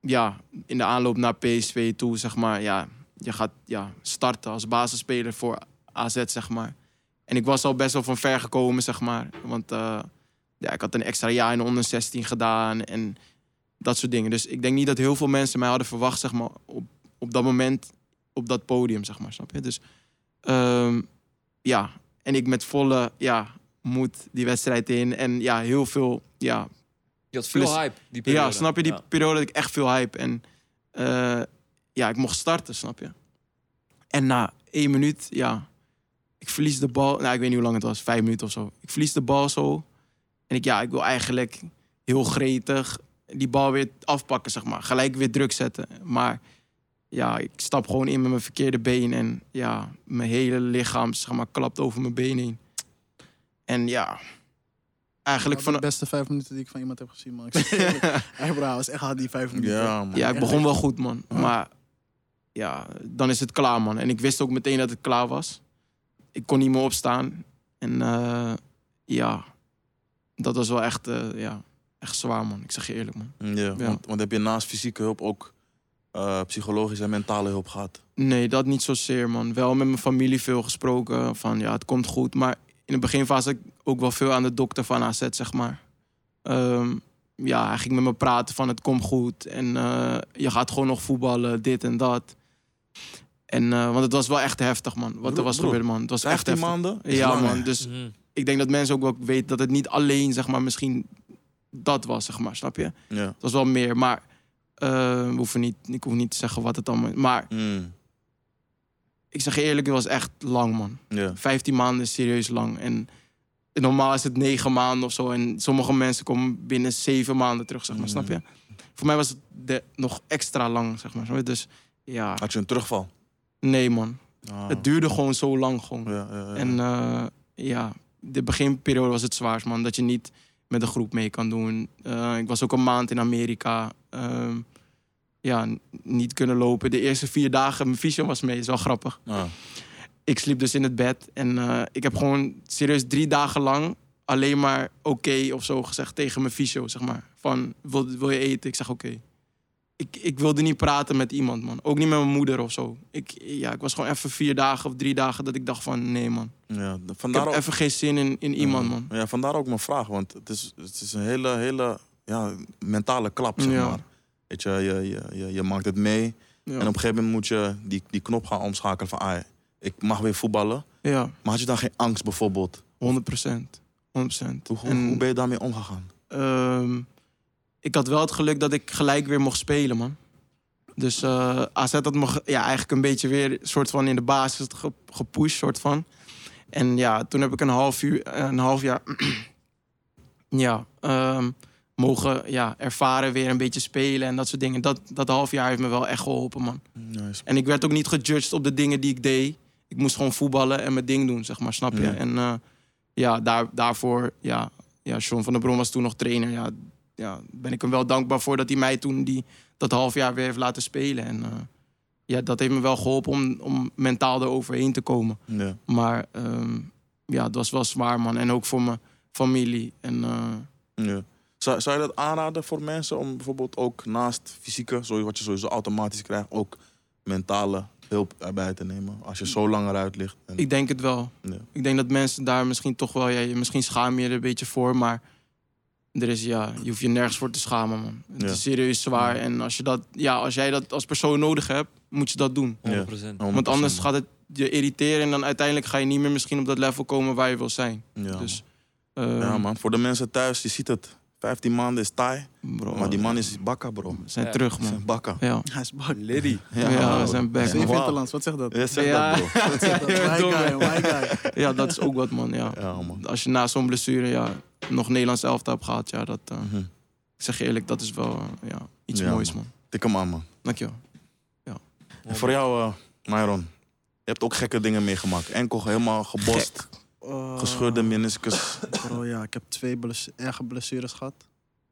ja, in de aanloop naar PSV toe, zeg maar, ja, je gaat ja, starten als basisspeler voor AZ, zeg maar. En ik was al best wel van ver gekomen, zeg maar. Want eh, ja, ik had een extra jaar in de onder 16 gedaan en dat soort dingen. Dus ik denk niet dat heel veel mensen mij hadden verwacht, zeg maar, op, op dat moment, op dat podium, zeg maar, snap je? Dus ehm, ja, en ik met volle ja, moed die wedstrijd in. En ja, heel veel ja,
Je had veel
Plus-
hype die periode.
ja, snap je? Die
Ja.
periode dat ik echt veel hype. En eh, ja, ik mocht starten, snap je? En na één minuut, ja, ik verlies de bal. Nou, ik weet niet hoe lang het was, vijf minuten of zo. Ik verlies de bal zo. En ik, ja, ik wil eigenlijk heel gretig die bal weer afpakken, zeg maar. Gelijk weer druk zetten. Maar ja, ik stap gewoon in met mijn verkeerde been. En ja, mijn hele lichaam, zeg maar, klapt over mijn been heen. En ja, eigenlijk
van de
van...
beste vijf minuten die ik van iemand heb gezien, man. Ik zeg je eerlijk. Echt, bro, was echt hard die vijf minuten.
Ja, man.
Ja, ik begon wel goed, man. Maar ja, dan is het klaar, man. En ik wist ook meteen dat het klaar was. Ik kon niet meer opstaan. En eh, ja, dat was wel echt, eh, ja, echt zwaar, man. Ik zeg je eerlijk, man.
Ja, Want, want heb je naast fysieke hulp ook eh, psychologische en mentale hulp gehad?
Nee, dat niet zozeer, man. Wel met mijn familie veel gesproken. Van ja, het komt goed. Maar in de beginfase had ik ook wel veel aan de dokter van AZ, zeg maar. Ehm, ja, hij ging met me praten van het komt goed. En eh, je gaat gewoon nog voetballen, dit en dat. En, eh, want het was wel echt heftig, man. Wat er
Broer,
was
broer,
gebeurd, man. Het was echt
15
heftig.
maanden? Is
Ja,
lang, hè?
man. Dus
Mhm.
ik denk dat mensen ook wel weten dat het niet alleen, zeg maar, misschien dat was, zeg maar. Snap je? Het
Ja.
was wel meer, maar eh, we hoeven niet, ik hoef niet te zeggen wat het allemaal... Maar
Mm,
ik zeg je eerlijk, het was echt lang, man.
ja.
15 maanden is serieus lang. En normaal is het 9 maanden of zo. En sommige mensen komen binnen 7 maanden terug, zeg maar.
Mm.
Snap je? Voor mij was het de- nog extra lang, zeg maar. snap je? Dus ja,
Had je een terugval?
nee, man.
Ah.
Het duurde gewoon zo lang, gewoon.
Ja, ja, ja.
En eh, ja, de beginperiode was het zwaarst, man. Dat je niet met de groep mee kan doen. Eh, ik was ook een maand in Amerika. Ehm, ja, n- niet kunnen lopen. De eerste vier dagen, mijn fysio was mee. is wel grappig.
Ah.
ik sliep dus in het bed. En eh, ik heb gewoon serieus drie dagen lang alleen maar oké of zo gezegd tegen mijn fysio, zeg maar. Van, wil, wil je eten? Ik zeg oké. Ik, ik wilde niet praten met iemand, man. Ook niet met mijn moeder of zo. Ik, ja, ik was gewoon even vier dagen of drie dagen dat ik dacht van... Nee, man.
ja. d-
Ik
Vandaar
heb
ook, Mm.
even geen zin in, in iemand, man.
Ja, vandaar ook mijn vraag, want het is, het is een hele, hele ja, mentale klap, zeg
Ja.
maar. Weet je, je, je, je, je maakt het mee
Ja.
en op een gegeven moment moet je die, die knop gaan omschakelen van... Ah, ik mag weer voetballen.
ja,
Maar had je dan geen angst bijvoorbeeld?
100 procent. 100 procent.
Hoe, hoe, hoe ben je daarmee omgegaan?
Ehm, ik had wel het geluk dat ik gelijk weer mocht spelen, man. Dus eh AZ had me ge- ja, eigenlijk een beetje weer soort van in de basis ge- gepusht, soort van. En ja, toen heb ik een half, uur, eh, een half jaar ja, ehm, mogen ja, ervaren, weer een beetje spelen en dat soort dingen. Dat, dat half jaar heeft me wel echt geholpen, man.
Nice.
En ik werd ook niet gejudged op de dingen die ik deed. Ik moest gewoon voetballen en mijn ding doen, zeg maar, snap je?
Ja.
En eh, ja, daar, daarvoor, ja, ja, John van der Bron was toen nog trainer. Ja, ja, ben ik hem wel dankbaar voor dat hij mij toen die, dat half jaar weer heeft laten spelen. En eh, ja, dat heeft me wel geholpen om, om mentaal eroverheen te komen.
Ja.
Maar ehm, ja, het was wel zwaar, man. En ook voor mijn familie. En eh,
Ja. Zou, zou je dat aanraden voor mensen om bijvoorbeeld ook naast fysieke, zo- wat je sowieso automatisch krijgt, ook mentale hulp erbij te nemen? Als je zo lang eruit ligt. En,
ik denk het wel.
ja.
Ik denk dat mensen daar misschien toch wel... Ja, je- misschien schaam je er een beetje voor, maar... Er is, ja, je hoeft je nergens voor te schamen, man. Het
Ja.
is serieus zwaar. En als, je dat, ja, als jij dat als persoon nodig hebt, moet je dat doen.
100%.
Want anders gaat het je irriteren... en dan uiteindelijk ga je niet meer misschien op dat level komen waar je wil zijn.
Ja,
dus,
man. ja, man. Voor de mensen thuis, je ziet het. 15 maanden is taai,
Bro,
maar die man is bakka, bro.
we zijn
Ja.
terug,
Hij is
man.
bakka.
Oh, Ja,
Hij is bak.
Liddy.
ja,
man.
we
Zeven-
zijn back. man.
Zeven
Wauw.
Interlands, wat zegt dat?
Ja, zeg
Ja.
dat, bro.
Wat zegt dat?
Ja,
My
dom, hè?
guy, my guy.
ja, dat is ook wat, man. Ja.
Ja, man.
Als je na zo'n blessure ja, nog Nederlands elftal hebt gehad... Ja, dat, eh,
Mhm.
ik zeg je eerlijk, dat is wel eh, ja, iets
Ja,
moois, man.
Tik hem aan, man.
Dankjewel.
En voor jou, eh Myron. Je hebt ook gekke dingen meegemaakt. Enkel helemaal gebost,
Oh,
Ah.
gescheurde meniscus.
Bro, ja, ik heb twee bless- erge blessures gehad.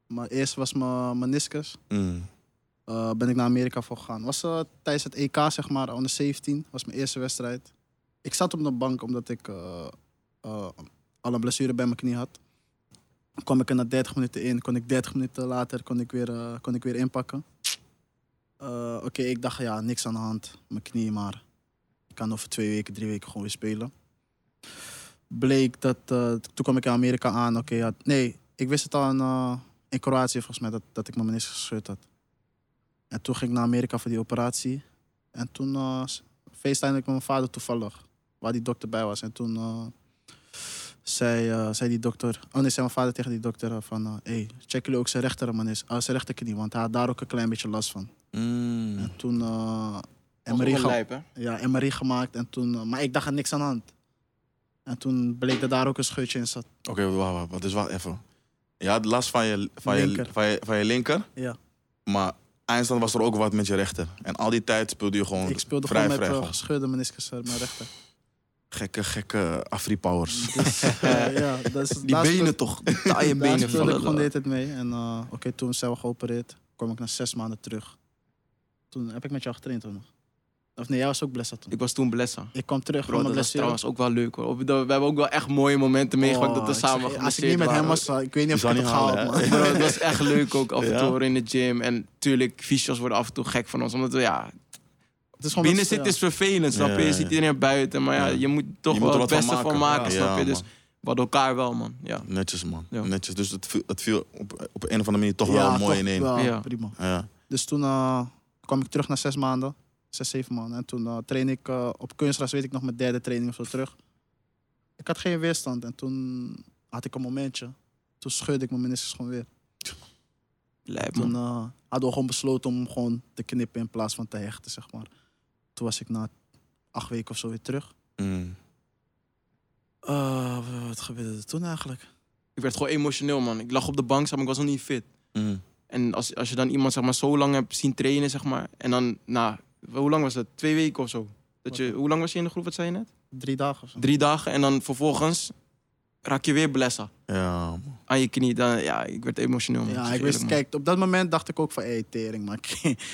Maar eerst was mijn meniscus.
Mm.
Eh, ben ik naar Amerika voor gegaan. Was eh, tijdens het EK, zeg maar, onder 17. Was mijn eerste wedstrijd. Ik zat op de bank omdat ik eh, eh, al een blessure bij mijn knie had. Kwam ik er na 30 minuten in. Kon ik 30 minuten later kon ik weer, eh, kon ik weer inpakken. Eh, Oké, ik dacht ja, niks aan de hand. Mijn knie, maar ik kan over twee weken, drie weken gewoon weer spelen. Bleek dat, eh, toen kwam ik in Amerika aan. Oké, ja, nee, ik wist het al in, eh, in Kroatië volgens mij dat, dat ik mijn meniscus gescheurd had. En toen ging ik naar Amerika voor die operatie. En toen eh FaceTime ik met mijn vader toevallig, waar die dokter bij was. En toen eh, zei, eh, zei die dokter, oh nee, zei mijn vader tegen die dokter eh, van, eh, hey, check jullie ook zijn rechter menis, ah, zijn rechterknie, want hij had daar ook een klein beetje last van. En toen eh MRI, ge- ja, MRI gemaakt en toen, eh, maar ik dacht er niks aan de hand. En toen bleek dat daar ook een scheurtje in zat.
Oké, wacht, wacht, wacht, dus wacht even. Je had last van je, van je,
Linker.
van je, van je linker.
Ja.
Maar eindstand was er ook wat met je rechter. En al die tijd speelde je gewoon
Ik speelde
Oh, vrij,
gewoon
vrij.
met eh,
gewoon.
gescheurde meniscus, eh, mijn rechter.
Gekke, gekke Afri-powers.
Dus, eh, ja, dat is het
Die
laatste-
benen toch, die taaie
Daar
benen
speelde ik
van
gewoon de hele
dat.
tijd mee. En eh, oké, toen zijn we geopereerd. Kwam ik na zes maanden terug. Toen heb ik met jou getraind toen nog. Of nee, jij was ook blessed toen.
Ik was toen blessa.
Ik kwam terug
Bro,
van mijn
dat was
blessure.
trouwens ook wel leuk hoor. Op- dat- We hebben ook wel echt mooie momenten meegemaakt
Oh,
dat we
ik zeg
samen
je, Als ik niet met hem was, eh, ik weet niet of
Die
ik
zou
het
niet
gehaald
halen,
man.
hè?
Bro, het was echt leuk ook af en
Ja.
toe hoor, in de gym. En tuurlijk, fysio's worden af en toe gek van ons. Omdat we, ja,
Het is gewoon
binnen
dat-
zitten
ja.
is vervelend, snap je?
Ja,
Je
ja.
ziet iedereen buiten, maar ja,
Ja.
je moet toch
Je moet
wel
er
het
wat van
beste van
maken.
maken,
Ja.
snap je?
Ja,
Dus
man.
we hadden elkaar wel, man. Ja.
Netjes, man.
Ja.
Netjes. Dus het viel, het viel op, op een of andere manier toch
Ja,
wel mooi
toch
in één.
wel,
Ja.
prima.
Ja.
Dus toen eh, kwam ik terug na zes maanden. Zes, zeven maanden. En toen eh train ik eh, op kunstgras, weet ik nog, mijn derde training of zo terug. Ik had geen weerstand. En toen had ik een momentje. Toen scheurde ik mijn meniscus gewoon weer.
Lijp,
Toen
man.
eh, hadden we gewoon besloten om gewoon te knippen in plaats van te hechten, zeg maar. Toen was ik na acht weken of zo weer terug.
Mm.
Eh, wat gebeurde er toen eigenlijk?
Ik werd gewoon emotioneel, man. Ik lag op de bank, zeg maar, ik was nog niet fit.
Mm.
En als, als je dan iemand zeg maar, zo lang hebt zien trainen, zeg maar. En dan, nou, hoe lang was dat? Twee weken of zo. Dat je, hoe lang was je in de groep, wat zei je net?
Drie dagen of zo.
Drie dagen. En dan vervolgens raak je weer blessen
Ja, man.
aan je knie. Dan, ja, ik werd emotioneel. man.
Ja,
zeg
ik wist,
eerlijk, man.
kijk, op dat moment dacht ik ook van, hé, hey, tering, man.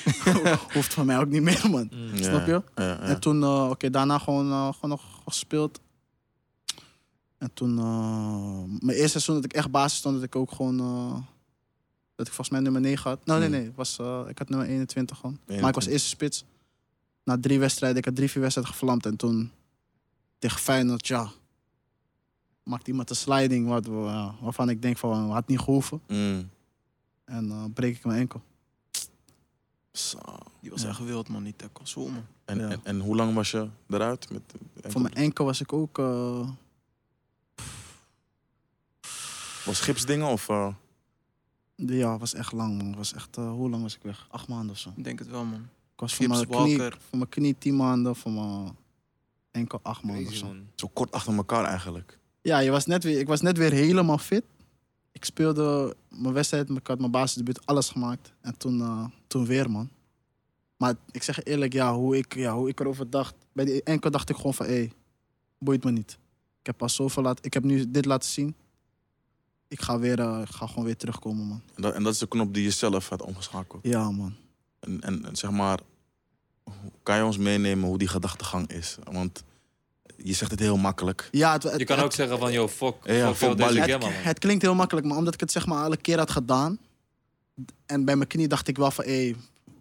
Hoeft van mij ook niet meer, man.
Ja,
Snap je?
Ja, ja.
En toen, eh, oké, daarna gewoon, eh, gewoon nog gespeeld. En toen, eh, mijn eerste seizoen dat ik echt basis stond, dat ik ook gewoon, eh, dat ik volgens mij nummer 9 had. Nou, nee,
Hmm.
nee, was, eh, ik had nummer 21 gewoon. Maar ik was
21.
eerste spits. Na drie wedstrijden, ik had drie, vier wedstrijden gevlamd. En toen, tegen Feyenoord, ja, maakte iemand een sliding wat, we- ja, waarvan ik denk van, had niet gehoeven.
Mm.
En eh breek ik mijn enkel.
Zo.
Die was
Ja.
echt gewild, man. Die tackle. Zo, man.
En,
Ja.
en, en hoe lang was je eruit? Met, eh,
Voor mijn enkel was ik ook... eh,
Was gipsdingen of... eh,
Ja, het was echt lang, man. Het Was echt, eh, hoe lang was ik weg? Acht maanden of zo.
Ik denk het wel, man.
Ik was voor
Gibbs
mijn, knie,
Walker.
voor mijn knie tien maanden, voor mijn enkel acht maanden of
Crazy,
zo.
man.
zo kort achter elkaar eigenlijk.
Ja, je was net weer, ik was net weer helemaal fit. Ik speelde mijn wedstrijd, ik had mijn basisdebuut, alles gemaakt. En toen, eh, toen weer, man. Maar ik zeg je eerlijk, ja, hoe, ik, ja, hoe ik erover dacht. Bij die enkel dacht ik gewoon van, hé, boeit me niet. Ik heb pas zoveel laten, ik heb nu dit laten zien. Ik ga, weer, eh, ik ga gewoon weer terugkomen, man.
En dat, en dat is de knop die je zelf had omgeschakeld.
Ja, man.
En, en, en zeg maar, hoe- kan je ons meenemen hoe die gedachtegang is? Want je zegt het heel makkelijk.
Ja, het, het-
Je kan
het-
ook zeggen van, yo, fuck,
Ja,
fuck,
fuck
fuck deze
Bali.
gamma, man.
het, het klinkt heel makkelijk, maar omdat ik het zeg maar al een keer had gedaan. En bij mijn knie dacht ik wel van, hé,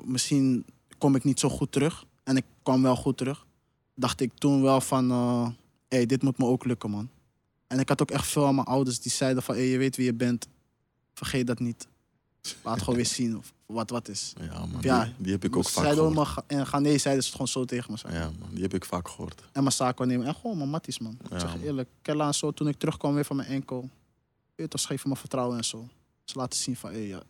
misschien kom ik niet zo goed terug. En ik kwam wel goed terug. Dacht ik toen wel van, eh hé, dit moet me ook lukken, man. En ik had ook echt veel aan mijn ouders die zeiden van, hé, je weet wie je bent. Vergeet dat niet. Laat gewoon weer zien of wat wat is.
Ja, man,
Ja.
Die, die heb ik ook
Ze
vaak
zeiden
gehoord.
allemaal, Ga- en Ghanese zeiden ze het gewoon zo tegen me. Zo.
Ja, man, die heb ik vaak gehoord.
En Masako nemen. En gewoon mijn matties, man.
Ja,
ik zeg
man.
je eerlijk. Kella en zo, toen ik terugkwam weer van mijn enkel. Weet toch, geef me vertrouwen en zo. Ze laten zien van, hé, ja,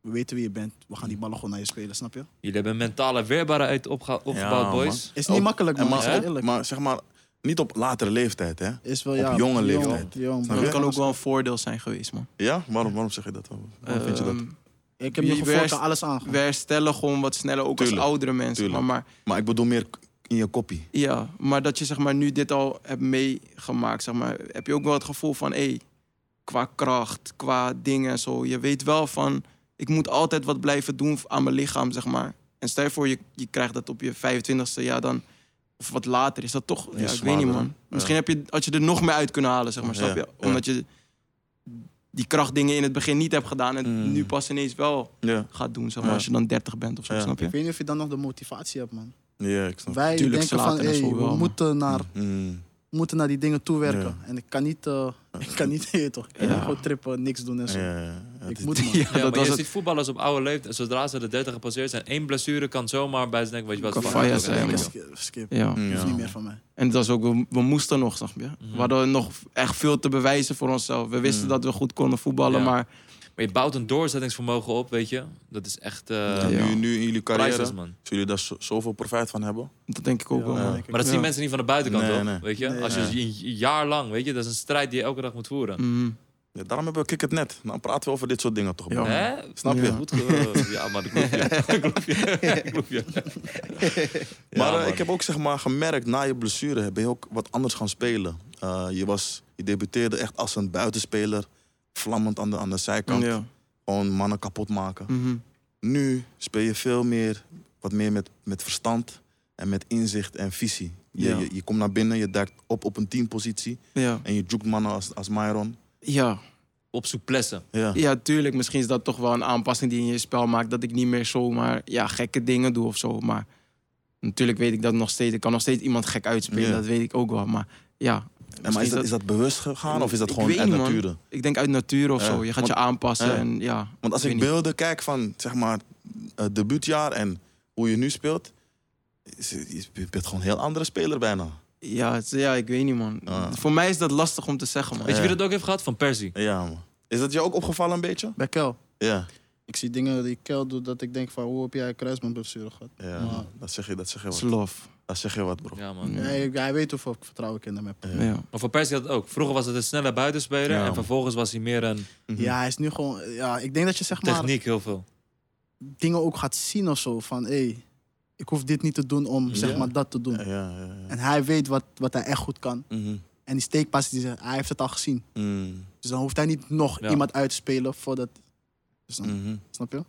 we weten wie je bent. We gaan die ballen gewoon naar je spelen, snap je?
Jullie hebben een mentale weerbaarheid opge- opgebouwd,
man.
boys.
Is niet
Ook-
makkelijk,
En
man.
maar,
Ik zeg je
hè?
eerlijk.
maar zeg maar, niet op latere leeftijd, hè?
is wel,
op
ja,
jonge
jong-
leeftijd.
jong,
Snap
Maar
je?
man.
dat kan ook wel een voordeel zijn geweest, man.
Ja? Waarom, waarom zeg je dat dan?
Oh,
Waarom vind je dat?
Ehm,
Ik heb
Je
je gevoel
werkt-
aan alles aan.
We herstellen gewoon wat sneller, ook
Tuurlijk,
als oudere mensen. Maar,
tuurlijk.
maar,
Maar ik bedoel meer in je koppie.
ja, maar dat je zeg maar, nu dit al hebt meegemaakt, zeg maar, heb je ook wel het gevoel van... Hey, qua kracht, qua dingen en zo. Je weet wel van, ik moet altijd wat blijven doen aan mijn lichaam, zeg maar. En stel je voor, je, je krijgt dat op je 25ste, ja, dan Of wat later is dat toch.
Ja,
Ja, ik weet
zwaarder,
niet,
hè?
man. Misschien heb je, had je er nog meer uit kunnen halen, zeg maar.
Ja,
Snap je?
ja.
Omdat je die krachtdingen in het begin niet hebt gedaan. En
Mm.
nu pas ineens wel
Ja,
gaat doen, zeg maar.
Ja.
Als je dan 30 bent of zo,
Ja.
snap je?
Ik weet niet of je dan nog de motivatie hebt, man.
ja ik snap. het.
Wij
Tuurlijk,
denken van,
Zlatan en
hey,
zo
we
wel, man.
moeten naar,
Mm.
moeten naar die dingen toewerken. En ik kan niet, eh, ik kan niet, je weet toch, ik kan
Ja.
gewoon trippen, niks doen en zo.
Ja, ja, ja. Het
Ik
is-
moet, man.
Ja,
Ja,
dat
maar
was
je
het.
ziet voetballers op oude leeftijd, zodra ze de 30 gepasseerd zijn, één blessure kan zomaar bij ze denken, weet je wat,
Kan
fuck,
fire
oké,
zijn,
oké.
man.
Skip, skip.
Ja.
Ja.
Hoeft niet meer van mij.
En dat is ook, we, we moesten nog, snap je?
Mhm.
We hadden nog echt veel te bewijzen voor onszelf. We wisten
Mm.
dat we goed konden voetballen,
Ja.
maar
Maar je bouwt een doorzettingsvermogen op, weet je. Dat is echt eh
Ja,
Ja.
Nu, nu in jullie carrière,
priceless,
zullen
man.
jullie daar zo- zoveel profijt van hebben.
dat denk ik ook
Ja,
wel.
man,
man.
ja.
ik-
Maar dat zien
Ja.
mensen niet van de buitenkant,
Nee,
toch?
nee.
Weet je?
Nee,
Als je
nee.
een jaar lang, weet je, dat is een strijd die je elke dag moet voeren.
Mhm.
Ja, daarom hebben we Kik het net. Dan praten we over dit soort dingen toch.
Ja.
bro?
Hè?
Snap je?
Ja.
Goed ge- ja, maar de kloefje.
Maar eh, ik heb ook zeg maar, gemerkt, na je blessure ben je ook wat anders gaan spelen. Eh, je, was, je debuteerde echt als een buitenspeler. Vlammend aan de, aan de zijkant.
Ja.
Gewoon mannen kapot maken.
Mhm.
Nu speel je veel meer, wat meer met, met verstand en met inzicht en visie. Je,
Ja.
je, je komt naar binnen, je duikt op op een teampositie.
ja.
En je joekt mannen als, als Myron.
ja.
Op souplesse.
Ja.
Ja, tuurlijk. Misschien is dat toch wel een aanpassing die je in je spel maakt. Dat ik niet meer zomaar ja, gekke dingen doe of zo. Maar natuurlijk weet ik dat nog steeds. Ik kan nog steeds iemand gek uitspelen.
Ja.
Dat weet ik ook wel. Maar ja,
En maar is dat,
dat-
is dat bewust gegaan of is dat
Ik
gewoon
weet
uit
niet, man.
nature?
ik denk uit natuur of
Ja,
zo. Je gaat
want-
je aanpassen.
ja.
En, ja,
Want als
weet
ik
niet.
beelden kijk van zeg maar het eh, debuutjaar en hoe je nu speelt, is, is- je bent gewoon een heel andere speler bijna.
Ja, het- ja, ik weet niet, man.
Ja.
Voor mij is dat lastig om te zeggen, man.
Weet
Ah.
je
Ja.
wie dat ook heeft gehad? Van Persie.
Ja man. Is dat je ook opgevallen een beetje?
Bij Kel.
Ja.
Ik zie dingen die Kel doet dat ik denk van, hoe heb jij een kruisbandblessure gehad?
Ja.
Ja.
Dat zeg je, dat zeg je
Dat is
wat.
love.
Dat zeg je wat bro.
Ja, man.
Ja.
Hij, hij weet hoeveel vertrouwen ik in hem heb.
Ja.
Ja.
Maar Van Persie had het ook. Vroeger was het een snelle buitenspeler.
Ja,
en
man.
vervolgens was hij meer een
Mhm.
Ja, hij is nu gewoon... Ja, ik denk dat je zeg maar
techniek heel veel.
dingen ook gaat zien of zo. Van, hé, hey, ik hoef dit niet te doen om zeg
Ja.
maar dat te doen.
Ja, ja, ja.
En hij weet wat, wat hij echt goed kan.
Mhm.
En die steekpas, die ze- hij heeft het al gezien.
Mm.
Dus dan hoeft hij niet nog
Ja.
iemand uit te spelen voordat... Dus dan,
Mhm.
Snap je?
Ja,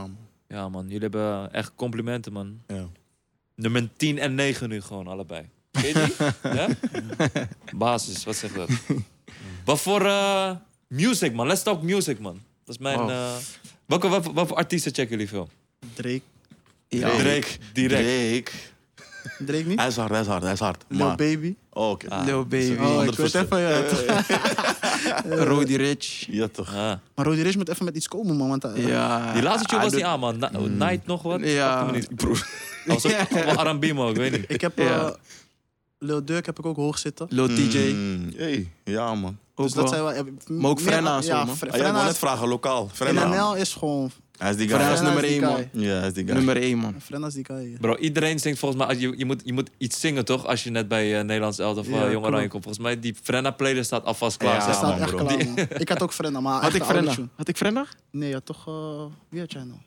man.
Ja, man. Jullie hebben echt complimenten, man.
Ja.
Nummer 10 en 9 nu gewoon, allebei. Weet je die? ja? Basis, wat zegt dat? wat voor eh, music, man? Let's talk music, man. Dat is mijn...
Wow.
eh, welke, wat, wat voor artiesten checken jullie veel?
Drake.
Ja.
Drake.
direct.
Drake.
Drake niet?
Hij is hard, hij is hard, hij is hard.
Lil
Maar,
Baby.
oh, oké.
Ah.
Lil Baby,
Sorry.
Oh, ik
ander
weet
verschil.
even... Ja, toch.
Roddy Rich.
Ja toch.
Ah.
Maar Roddy Rich moet even met iets komen, man. Want eh, hij-
Ja.
Die laatste tune
Ah,
was
Hij
niet
doet-
aan, man. Na-
Hmm.
Night nog wat?
Ah,
Oh,
Ja.
Op de manier. Hij was ook wel R&B, man. Ik weet niet.
Ik heb...
Ja.
eh, Lil Durk heb ik ook hoog zitten.
Lil TJ.
Mm. Hey. Ja man.
Ook
dus dat
wel.
zijn wel... heb ik
Maar ook
meer-
Frenna is
Ja,
zo, man.
Fre-
Ah, jij wou
Frenna
net
is-
vragen, lokaal.
In
Frenna.
NL is gewoon...
Hij is die
Frenna
guy.
is nummer
die
één,
guy.
man.
Ja, hij is die guy.
Nummer 1, man.
Frenna is die guy. ja.
Bro, iedereen zingt volgens mij... Je, je, moet, je moet iets zingen, toch? Als je net bij eh, Nederlands Elf of
Ja,
eh, Jong
klopt.
Oranje komt. Volgens mij, die Frenna-playlist staat alvast klaar.
Ja,
Hij
zeg
staat
man,
echt
bro.
klaar, man. Ik had ook Frenna, maar...
Had
echt
ik
de oude
Frenna?
tune.
Had ik Frenna?
Nee, ja, toch... eh, Wie had jij nou?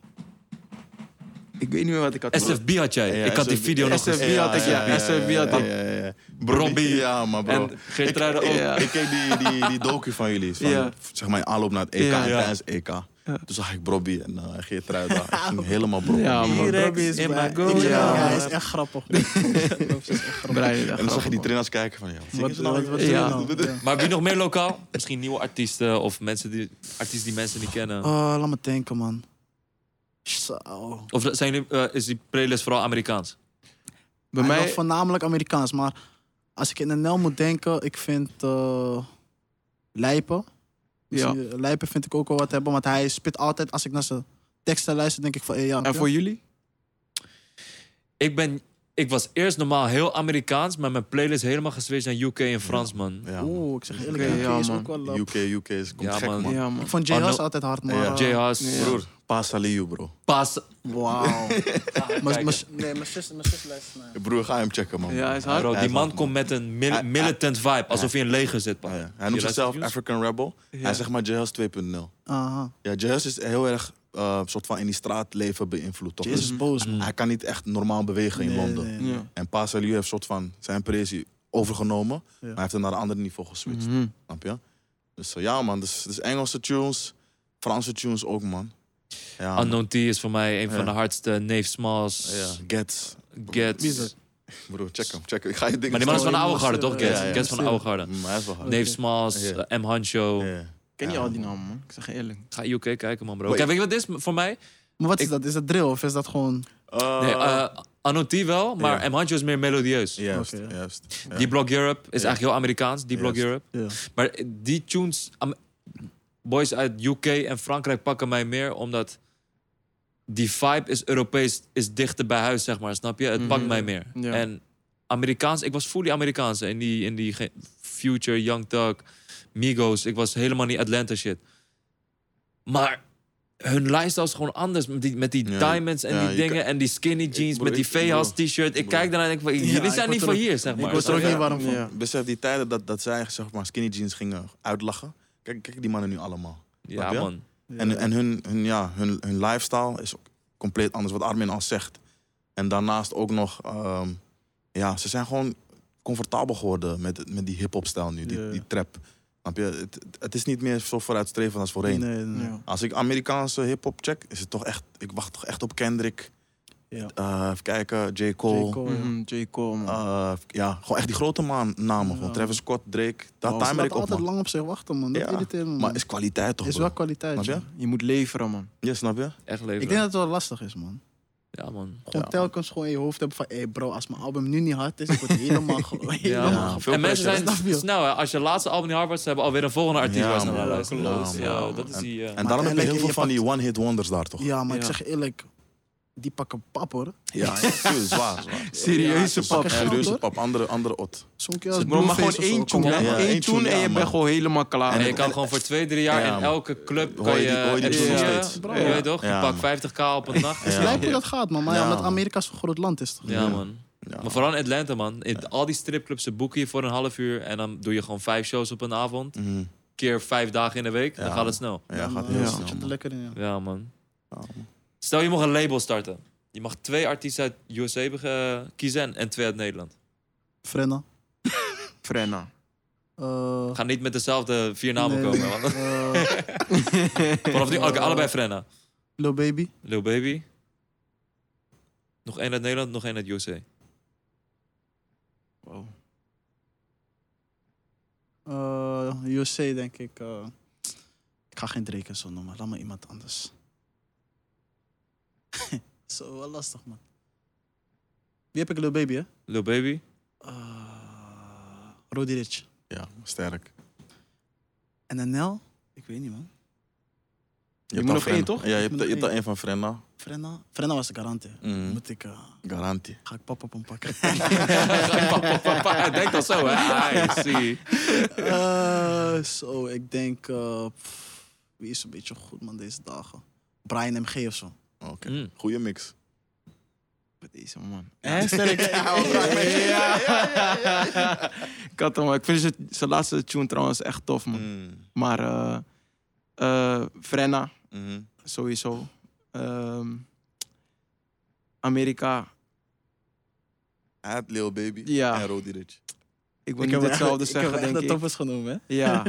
Ik weet niet meer wat ik had.
maar. SFB had jij.
Ja,
ik had die
SFB
video nog
SFB
gezien.
had ik, ja, SFB had ik.
ja, ja, ja. Brobbie, ja, maar bro.
En oh, Geertruiden ook.
Ja.
Ik keek die, die, die docu van jullie, van,
Ja.
zeg maar in aanloop naar het EK
Ja.
en
Ja.
tijdens EK. Toen zag ik Brobbie en eh Geertruida. Ik ging helemaal bro.
Ja, man.
Direct
Robbie is
in
bij-
my goal.
Ik-
Ja,
Ja, hij
man.
is echt grappig. man. Robbie is echt grappig.
Brian, ja,
En dan zag je die
grappig, man.
trainers kijken van, ja, wat zingen
Wat,
ze
wat,
nou?
wat
Ja.
doe je nou? Ja.
Maar wie nog meer lokaal? Misschien nieuwe artiesten of mensen die, artiesten die mensen niet kennen.
Oh, laat me denken, man. Zo.
Of zijn jullie, eh, is die playlist vooral Amerikaans?
Hij
Bij
is
mij...
wel voornamelijk Amerikaans, maar als ik in NL moet denken, ik vind eh, Lijpen.
Ja.
Misschien, eh, Lijpen vind ik ook wel wat hebben, want hij spit altijd, als ik naar zijn teksten luister, denk ik van, hey, ja.
En voor jullie?
Ik ben... Ik was eerst normaal heel Amerikaans, maar mijn playlist helemaal geswitcht naar UK en Frans, man.
Ja, man.
nou? Oeh, ik zeg eerlijk,
Oké,
UK
ja,
is
man.
ook wel... eh,
UK, UK is komt
Ja,
gek,
man.
man.
Ja, man.
ik vond J-Hus
Arno-
altijd hard, maar...
Ja.
eh,
J-Hus,
Broer, Paas Aliou, bro.
Pas.
Wauw. Maar-
Kijken.
maar- Nee, mijn zus mijn zus luistert naar hem.
Broer, ga hem checken, man.
Ja, hij is hard.
Bro,
Hij
die
is
man
hard,
komt met een
Hij-
mil- militant vibe, alsof hij in een leger zit, man.
Ah, ja.
Je
Hij noemt
luistert
zichzelf
nieuws?
African Rebel.
Ja.
Hij zegt maar Jazz 2.0.
Aha.
Ja, Jazz is heel erg eh, soort van in die straatleven beïnvloed, toch?
Jay is
Dus
boos,
Mm.
man.
hij kan niet echt normaal bewegen in
Nee,
Londen.
nee, nee.
Ja.
En Paas Aliou heeft soort van zijn pressie overgenomen. Maar hij heeft het naar een ander niveau geswitcht.
Mm.
Mhm.
Snap je? Dus eh, ja, man. Dus, dus Engelse tunes, Franse tunes ook, man. Ja, man.
Unknown T is voor mij een van
Ja.
de hardste. Nave Smalls,
Ja, Gets.
Gets.
Wie is dat?
Broer, check hem, check hem. Ik ga je dingen
Maar die man is van de
je
oude
moest,
garde, toch,
eh,
Gets?
ja, ja,
Gets van de
ja.
oude garde.
Maar hij is wel hard.
Dave Smalls,
Ja.
eh, M. Hancho.
Ja.
Ken je
Ja,
al
man.
die namen, man? Ik zeg je eerlijk.
Ga IOK kijken, man, bro.
Wait.
Kijk, weet je wat dit is voor mij?
Maar wat is
Ik-
dat? Is dat drill of is dat gewoon...
Eh,
Nee, eh Anotti wel, maar
ja.
M. Hancho is meer melodieus.
Juist,
Oké, ja.
juist.
Die Block Europe is
Ja.
eigenlijk heel Amerikaans, Die Block
Juist.
Europe.
Ja.
Maar die tunes, Am- boys uit UK en Frankrijk pakken mij meer omdat die vibe is Europees, is dichter bij huis, zeg maar. Snap je? Het pakt
Mhm.
mij meer.
Ja.
En Amerikaans, ik was fully Amerikaans in die, in die ge- Future, Young Thug, Migos. Ik was helemaal niet Atlanta shit. Maar hun lifestyle is gewoon anders. Met die, met die
Ja,
diamonds en
ja,
die
je
dingen en die skinny jeans
broer,
met die
ik- broer,
Veehas t-shirt. Ik
broer.
kijk daarna en denk van,
Ja,
jullie
ik
zijn
word
niet
er
van
ook-
hier, zeg
Ik
maar.
word er ook niet warm van.
Ja.
Besef die tijden dat, dat zij zeg maar, skinny jeans gingen uitlachen. Kijk, kijk die mannen nu allemaal.
Ja,
Snap je?
man.
En, en hun, hun, ja, hun, hun lifestyle is ook compleet anders, wat Armin al zegt. En daarnaast ook nog, ehm, ja, ze zijn gewoon comfortabel geworden met, met die hip-hop stijl nu, die,
Ja.
die trap. Snap je? Het, het is niet meer zo vooruitstrevend als
Nee,
voorheen.
nee, nee.
Ja.
Als ik Amerikaanse hip-hop check, is het toch echt, ik wacht toch echt op Kendrick.
Ja.
Eh, even kijken, J.
J.
Cole.
Cole, ja.
Mhm, J. Cole, man.
Eh, ja, gewoon echt die grote man, namen. Gewoon
Ja.
Travis Scott, Drake. Daar
Wow, ze
timer ik
laten
op,
altijd
man.
lang op zich wachten, man. Dat
Ja,
irriteert me, man.
Maar is kwaliteit toch,
Is
bro?
wel kwaliteit.
Snap je?
man.
Je moet leveren, man.
Ja, snap je?
Echt
Ik
leven.
denk dat het wel lastig is, man.
Ja, man.
Gewoon
Ja.
telkens gewoon in je hoofd hebben van... Hé hey bro, als mijn album nu niet hard is, ik word helemaal... ge- helemaal
Ja,
veel
en mensen
pressure.
zijn
Snap je?
snel, hè. Als je laatste album niet hard wordt, ze hebben alweer een volgende artiest
Ja,
waar ze naar
man.
luisteren.
Ja,
Dus,
man.
ja,
Ja,
dat is
man.
die... eh,
En daarom heb je
eigenlijk,
heel
je
veel van
pakt-
die one-hit wonders daar, toch?
Ja, maar ik
Ja.
zeg je eerlijk, die pakken pap hoor.
Ja, serieus, zwaar, zwaar.
Serieuze
pap.
Ja, Serieuze pap, andere, andere ot.
Zo'n keer als
Bro, maar gewoon
Blueface of zo
één
komt
tune, hè?
wel.
Ja,
Eén
één tune,
tune en
ja,
je
man.
bent gewoon helemaal klaar.
en je
en-
kan
en-
gewoon voor twee, drie jaar
Ja,
in
man.
elke club
Hoor
kan
je
je
die- hoor je die
het
tune nog
zingen.
steeds?
Je weet toch?
Ja,
Je
man.
pakt 50k op een nacht.
Ja.
Het lijkt hoe dat gaat, man. Maar ja,
Ja,
omdat
man.
Amerika zo'n groot land is. Toch?
Ja, man.
Ja.
Maar vooral in Atlanta, man. In al die stripclubs, ze boeken je voor een half uur. En dan doe je gewoon vijf shows op een avond.
Mhm.
Keer vijf dagen in de week. Dan
Ja.
gaat het snel.
Ja, gaat
dan,
heel
eh,
snel,
zit je er
man.
lekker in, ja.
Ja, man.
Ja, man.
Stel, je mag een label starten. Je mag twee artiesten uit USA be- eh, kiezen en- en twee uit Nederland.
Frenna.
Frenna.
eh,
Ga niet met dezelfde vier namen
nee,
komen. want-
eh,
Vanaf nu oké,
Eh,
allebei Frenna.
Lil Baby.
Lil Baby. Nog één uit Nederland, nog één uit USA.
Wow.
eh USC, denk ik. eh. ik ga geen Drake en zo noemen. Laat maar iemand anders. zo, wel lastig, man. Wie heb ik Lil Baby, hè?
Lil Baby.
Eh Roddy Rich.
Ja, sterk.
En NL? Ik weet niet, man.
Je,
moet
al
nog
Frenna.
één, toch?
Ja, je
Ik
hebt,
moet
je
nog
hebt
één.
er één van Frenna.
Frenna, Frenna was de garant, hè.
Hm?
Mhm.
Moet ik, eh,
Garantie.
ga ik pap op hem pakken.
Hij denkt al zo, hè? I see.
Eh, zo, ik denk, eh, pff, wie is een beetje goed man deze dagen? Brian MG of zo.
Oké.
Mm.
Goeie mix.
Wat is hem, man?
Ja, sterk.
Ik had hem, maar ik vind zijn, zijn laatste tune trouwens echt tof, man.
Mm.
Maar eh eh, Frenna,
Mhm.
sowieso. Ehm, Amerika,
Hij had Lil Baby
Ja.
en Roddy Rich.
ik wil niet hetzelfde zeggen, denk
de
ik.
toppers genomen, hè?
Ja.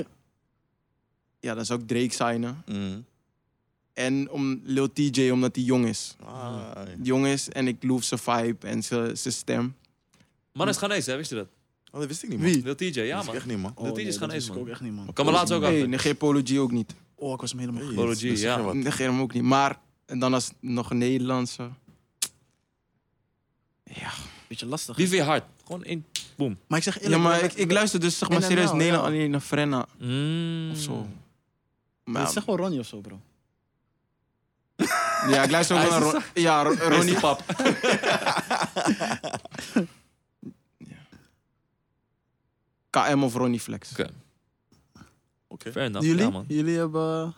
ja, dan zou ik Drake signen.
Mm.
En om Lil TJ, omdat hij jong is.
Ah, ja.
Jong is en ik loof zijn vibe en zijn zijn stem.
Man is Ghanese, hè? Wist je dat?
Oh, dat wist ik niet, man.
Wie?
Lil TJ, ja,
dat wist ik
man.
echt niet, man.
Lil Tijs is
Oh, dat wist
Ghanese,
ik
dus man.
ook echt niet, man.
Kan me laatst ook
Nee,
achter.
negeer Polo G ook niet.
Oh, ik was hem helemaal...
Hey,
Bolo
dat
G,
is
ja.
echt wat.
Negeer hem ook niet. Maar, en dan als nog een Nederlandse. Ja,
Beetje lastig.
Wie vind je hard? Gewoon in...
Maar ik zeg
ja
eerlijk...
maar
Brian-
ik, ik luister dus zeg maar
NNL,
serieus
ja.
Nederland alleen naar Frenna
Mm.
of zo.
Maar
Maar,
Zeg gewoon Ronnie of zo, bro.
ja, ik luister ook wel
Hij
naar
is-
Ron, ja, Ron- Ronnie.
Ronnie Pap.
KM of Ronnie Flex.
Oké.
Oké.
Fair enough.
jullie?
Ja, man.
Jullie hebben...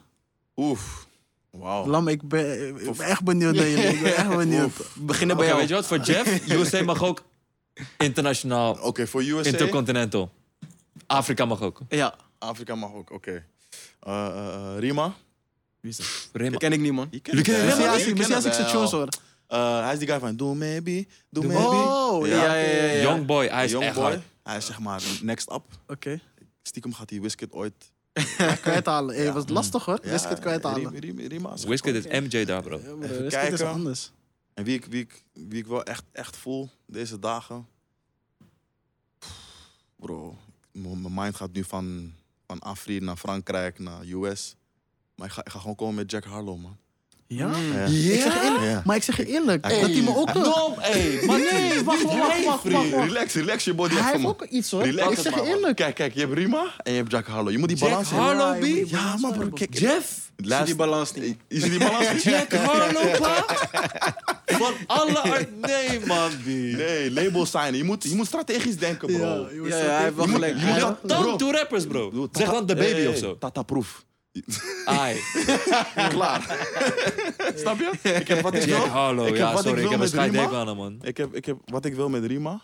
Oef. Wauw.
Lam, ik ben, ik ben echt benieuwd naar jullie. Ik ben echt benieuwd.
Beginnen bij
Oké,
jou.
weet je wat? Voor Jeff, USA mag ook internationaal,
Oké, voor USA.
intercontinental. Afrika mag ook.
Ja,
Afrika mag ook, oké. Eh, eh, eh, Rima.
Rema.
dat ken ik niet, man.
Je kent
Jullie
hem
kennen
Ja,
Rema
wel.
maar
Jullie
misschien als ik
kennen hem
zijn tunes
wel.
hoor.
Eh, hij is die guy van Do Maybe, Do,
Do
Maybe.
Oh, ja,
ja, ja, ja.
Young boy, hij is
Young
echt
boy.
hard.
Hij is zeg maar next up.
Oké.
Stiekem gaat hij Wizkid ooit...
Kwijthalen. Hé,
Ja.
was lastig hoor. Biscuit kwijthalen.
Rima, Rima, Rima is
Wizkid is
gewoon-
MJ daar, bro.
Ja,
Even
broer, Biscuit is
kijken.
anders.
En wie ik, wie ik, wie ik wel echt, echt voel deze dagen mijn mind gaat nu van, van Afri naar Frankrijk, naar US. Maar ik ga, ik ga gewoon komen met Jack Harlow, man.
Ja?
Ja.
Ik zeg je eerlijk,
Ja.
maar ik zeg je eerlijk,
Hey.
dat hij me ook...
Dom, ey, maar
nee, wacht, wacht, wacht, wacht, wacht, wacht.
Relax, relax je body
Hij
even,
heeft
man.
ook iets hoor.
Relax
ik zeg
het
je
maar, man.
eerlijk.
Kijk, kijk, je hebt Rima en je hebt Jack Harlow. Je moet die
Jack
balans hebben.
Harlow,
Ja, je moet
B.
die
Ja, maar bro, kijk.
Jeff.
Laatst-
Zie die balans niet.
Je ziet die balans niet?
Jack Harlow, pa. Van alle... ar- Nee, man, B.
Nee, label signen. Je moet, je moet strategisch denken, bro.
je
Ja,
wordt
ja,
zo
hij heeft wel
dik.
gelijk.
Je moet
Hij-
dat- bro.
Dan toe rappers, bro. Zeg dan de baby of zo.
Tata proef.
Ai.
Klaar. Snap je? Ik heb wat ik wil.
Jack Harlow.
ik heb
Ja,
wat ik
sorry. Ik
wil
heb een
met Rima.
scheidek aan hem, man.
Ik heb, ik heb wat ik wil met Rima.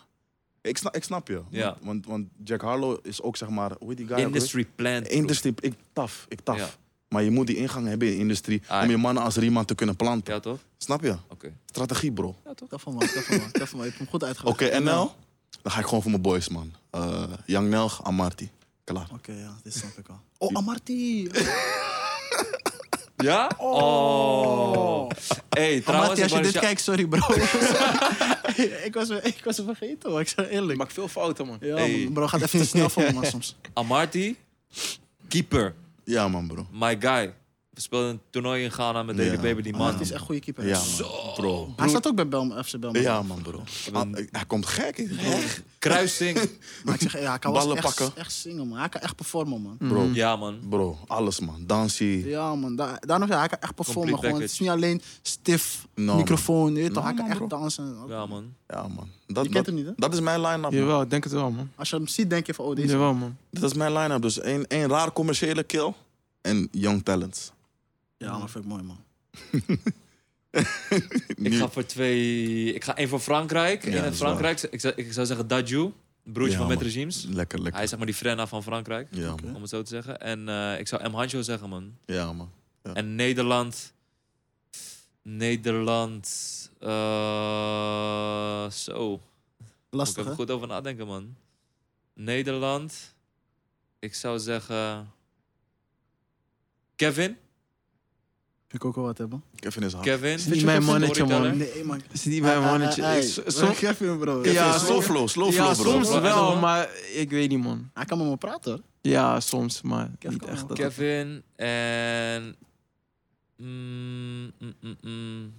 Ik snap, ik snap je.
Ja.
Want, want, want Jack Harlow is ook zeg maar, hoe heet die guy? ook weer?
Industry plant. bro.
Industrie, ik taf, ik taf.
Ja.
Maar je moet die ingang hebben in de industrie
Ah,
om
ja.
je mannen als Riemann te kunnen planten.
Ja, toch?
Snap je?
Oké.
Strategie, bro. Oké,
Dat van man, dat van man, dat van man. Je hebt hem goed uitgelegd.
NL? Dan ga ik gewoon voor mijn boys, man. Eh Young Nelg, Amarty. Klaar.
Oké, ja, dit snap ik al. Oh, Amarty.
Ja? Oh. Hey, trouwens...
Amarty, als je dit
ik wou- dus
kijkt, sorry bro. ik, was, ik was hem vergeten hoor, ik zeg je
Ik
eerlijk.
maak veel fouten, man.
Ja,
Hey.
man, bro, gaat even te snel voor me man, soms.
Amarty. Keeper.
Ja, man, bro.
My guy. We speelden een toernooi in Ghana met Daily
Ja.
Baby. Die man.
Amarty is echt goede keeper.
Ja,
Hij
man. Bro.
staat ook bij Belm, FC Belm.
Ja, man, bro. Ah, hij komt gek. hè?
Kruising.
Maar ik zeg, ja, hij kan wel
Ballen
echt,
pakken.
echt zingen man. Hij kan echt performen man.
Hmm.
Bro,
Ja, man.
bro. Alles, man. Dansie.
Ja man, da daarom zeg ik, hij kan echt performen.
Complete
Gewoon, het is niet alleen stif,
man.
microfoon, je weet toch,
Nou,
hij kan
man,
echt dansen.
Ja, man.
Ja, man. Dat,
Je kent
dat,
hem niet, hè?
dat is mijn line-up. man.
Jawel, ik denk het wel, man.
Als je hem ziet, denk je van, oh, deze
Jawel, man.
Dat is mijn line-up. Dus één één raar commerciële kill en Young Talents.
Ja, maar vind ik mooi, man.
Ik ga voor twee... Ik ga één voor Frankrijk.
Ja,
Eén
dat
in
is waar.
Frankrijk. Ik zou, ik zou zeggen Dadju. Broertje
Ja,
van Met
man.
Regimes.
Lekker, lekker.
Hij is zeg maar die Frenna van Frankrijk.
Ja, man.
Om het zo te zeggen. En eh, ik zou M. Hancho zeggen, man.
Ja, man.
En Nederland. Nederland. eh, zo. Moet ik
Lastig, hè?
even goed over nadenken, man. Nederland. Ik zou zeggen. Kevin.
Vind ik ook wel wat hebben.
Kevin is hard.
Kevin.
Niet mijn mannetje,
storyteller?
man.
Nee, man.
Zit die bij mijn mannetje. Ik-
Zo
soms-
geef je hem, bro.
Kevin
Ja,
is slow
soms-
flow, slow flow,
ah, Ja,
bro.
soms
Bro,
wel,
bro.
maar ik weet niet, man.
Hij kan met me praten, hoor.
Ja, soms, maar
Kev
niet
kan
echt.
wel.
dat-
Kevin. En. mm, mm, mm, mm.